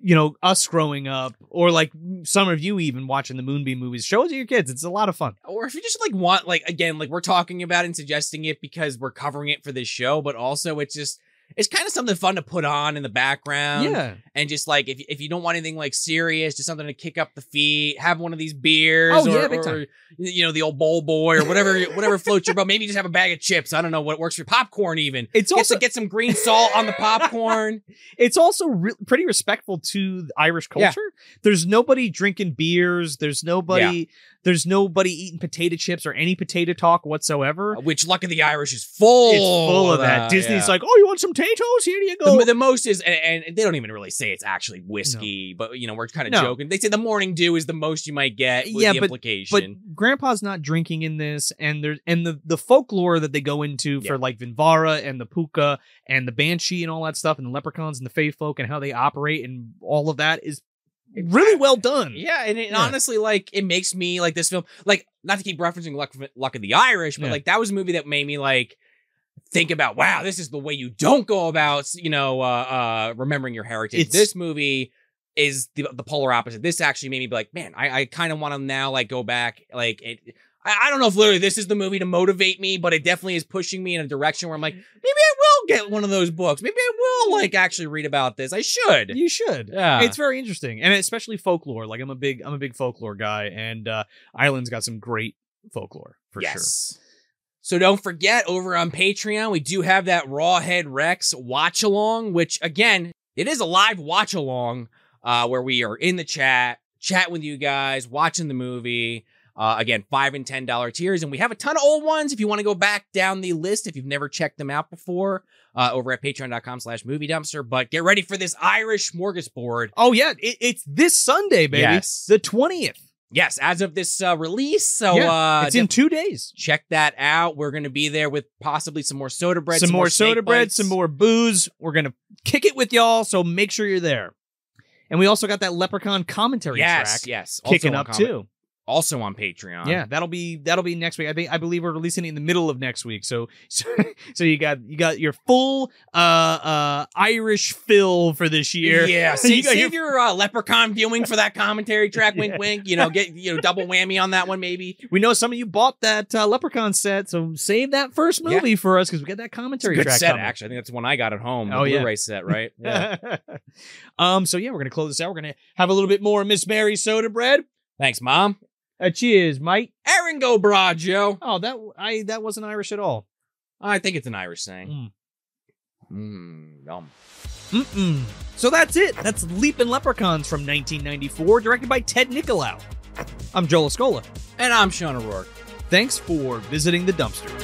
S1: you know, us growing up or like some of you even watching the Moonbeam movies. Show it to your kids. It's a lot of fun.
S2: or if you just like want like again like we're talking about it and suggesting it because we're covering it for this show but also it's just it's kind of something fun to put on in the background
S1: yeah.
S2: and just like if, if you don't want anything like serious just something to kick up the feet have one of these beers
S1: Oh,
S2: or,
S1: yeah, big
S2: or,
S1: time.
S2: you know the old bowl boy or whatever whatever floats your boat maybe just have a bag of chips i don't know what works for popcorn even
S1: It's
S2: get,
S1: also
S2: to, get some green salt on the popcorn
S1: it's also re- pretty respectful to the Irish culture.
S2: Yeah.
S1: There's nobody drinking beers. There's nobody. There's nobody eating potato chips or any potato talk whatsoever.
S2: which luck of the irish is full
S1: it's full of that. Disney's
S2: yeah.
S1: like, oh, you want some potatoes? Here you go.
S2: The, the most is, and, and they don't even really say it's actually whiskey, but you know we're kind of
S1: No.
S2: joking. They say the morning dew is the most you might get. With
S1: Yeah,
S2: the
S1: but- but
S2: implication.
S1: grandpa's not drinking in this and there's and the the folklore that they go into
S2: Yeah.
S1: for like vinvara and the puka and the banshee and all that stuff and the leprechauns and the fae folk and how they operate and all of that is really well done
S2: yeah, and it,
S1: Yeah.
S2: honestly, like it makes me like this film, like not to keep referencing Luck, Luck of the Irish, but
S1: Yeah.
S2: like that was a movie that made me like think about wow, this is the way you don't go about you know uh, uh remembering your heritage.
S1: It's-
S2: this movie is the, the polar opposite. This actually made me be like, man, I, I kind of want to now like go back like it. I I don't know if literally this is the movie to motivate me, but it definitely is pushing me in a direction where I'm like, maybe I will get one of those books. Maybe I will like actually read about this. I should.
S1: you should
S2: Yeah.
S1: it's very interesting and especially folklore like i'm a big i'm a big folklore guy and uh ireland's got some great folklore for
S2: So don't forget over on Patreon, we do have that Rawhead Rex watch along, which again, it is a live watch along uh, where we are in the chat, chat with you guys, watching the movie. Uh, again, five and ten dollar tiers, and we have a ton of old ones. If you want to go back down the list, if you've never checked them out before, uh, over at Patreon.com/slash Movie Dumpster. But get ready for this Irish smorgasbord.
S1: sure oh yeah it, it's this sunday baby
S2: Yes.
S1: the 20th
S2: Yes, as of this uh, release, so
S1: Yeah,
S2: uh,
S1: it's in two days
S2: check that out. We're going to be there with possibly some more soda bread,
S1: some, more soda
S2: snake
S1: bread,
S2: bites.
S1: some more booze. We're gonna kick it with y'all, so make sure you're there. And we also got that Leprechaun commentary
S2: Yes,
S1: track
S2: yes, Also
S1: kicking
S2: on
S1: up
S2: comment-
S1: too.
S2: Also on Patreon.
S1: Yeah, Uh, that'll be that'll be next week. I think I believe we're releasing it in the middle of next week. So so, so you got you got your full uh uh Irish fill for this year.
S2: Yeah, save,
S1: you got
S2: save your uh, leprechaun viewing for that commentary track. Wink,
S1: Yeah.
S2: wink. You know, get you know double whammy on that one, maybe.
S1: We know some of you bought that uh, Leprechaun set, so save that first
S2: Yeah.
S1: movie for us because we got that commentary
S2: Good
S1: track
S2: set,
S1: coming.
S2: actually. I think that's the one I got at home.
S1: Oh,
S2: the
S1: yeah.
S2: Blu-ray set, right?
S1: um. So yeah, we're gonna close this out. We're gonna have a little bit more Miss Mary soda bread.
S2: Thanks, mom.
S1: Uh, cheers, mate.
S2: Aaron go broad, Joe.
S1: Oh, that I that wasn't Irish at all.
S2: I think it's an Irish saying.
S1: Mm.
S2: Mm, yum.
S1: Mm-mm. So that's it. That's Leapin' Leprechauns from 1994, directed by Ted Nicolau. I'm Joel Escola.
S2: And I'm Sean O'Rourke.
S1: Thanks for visiting the dumpster.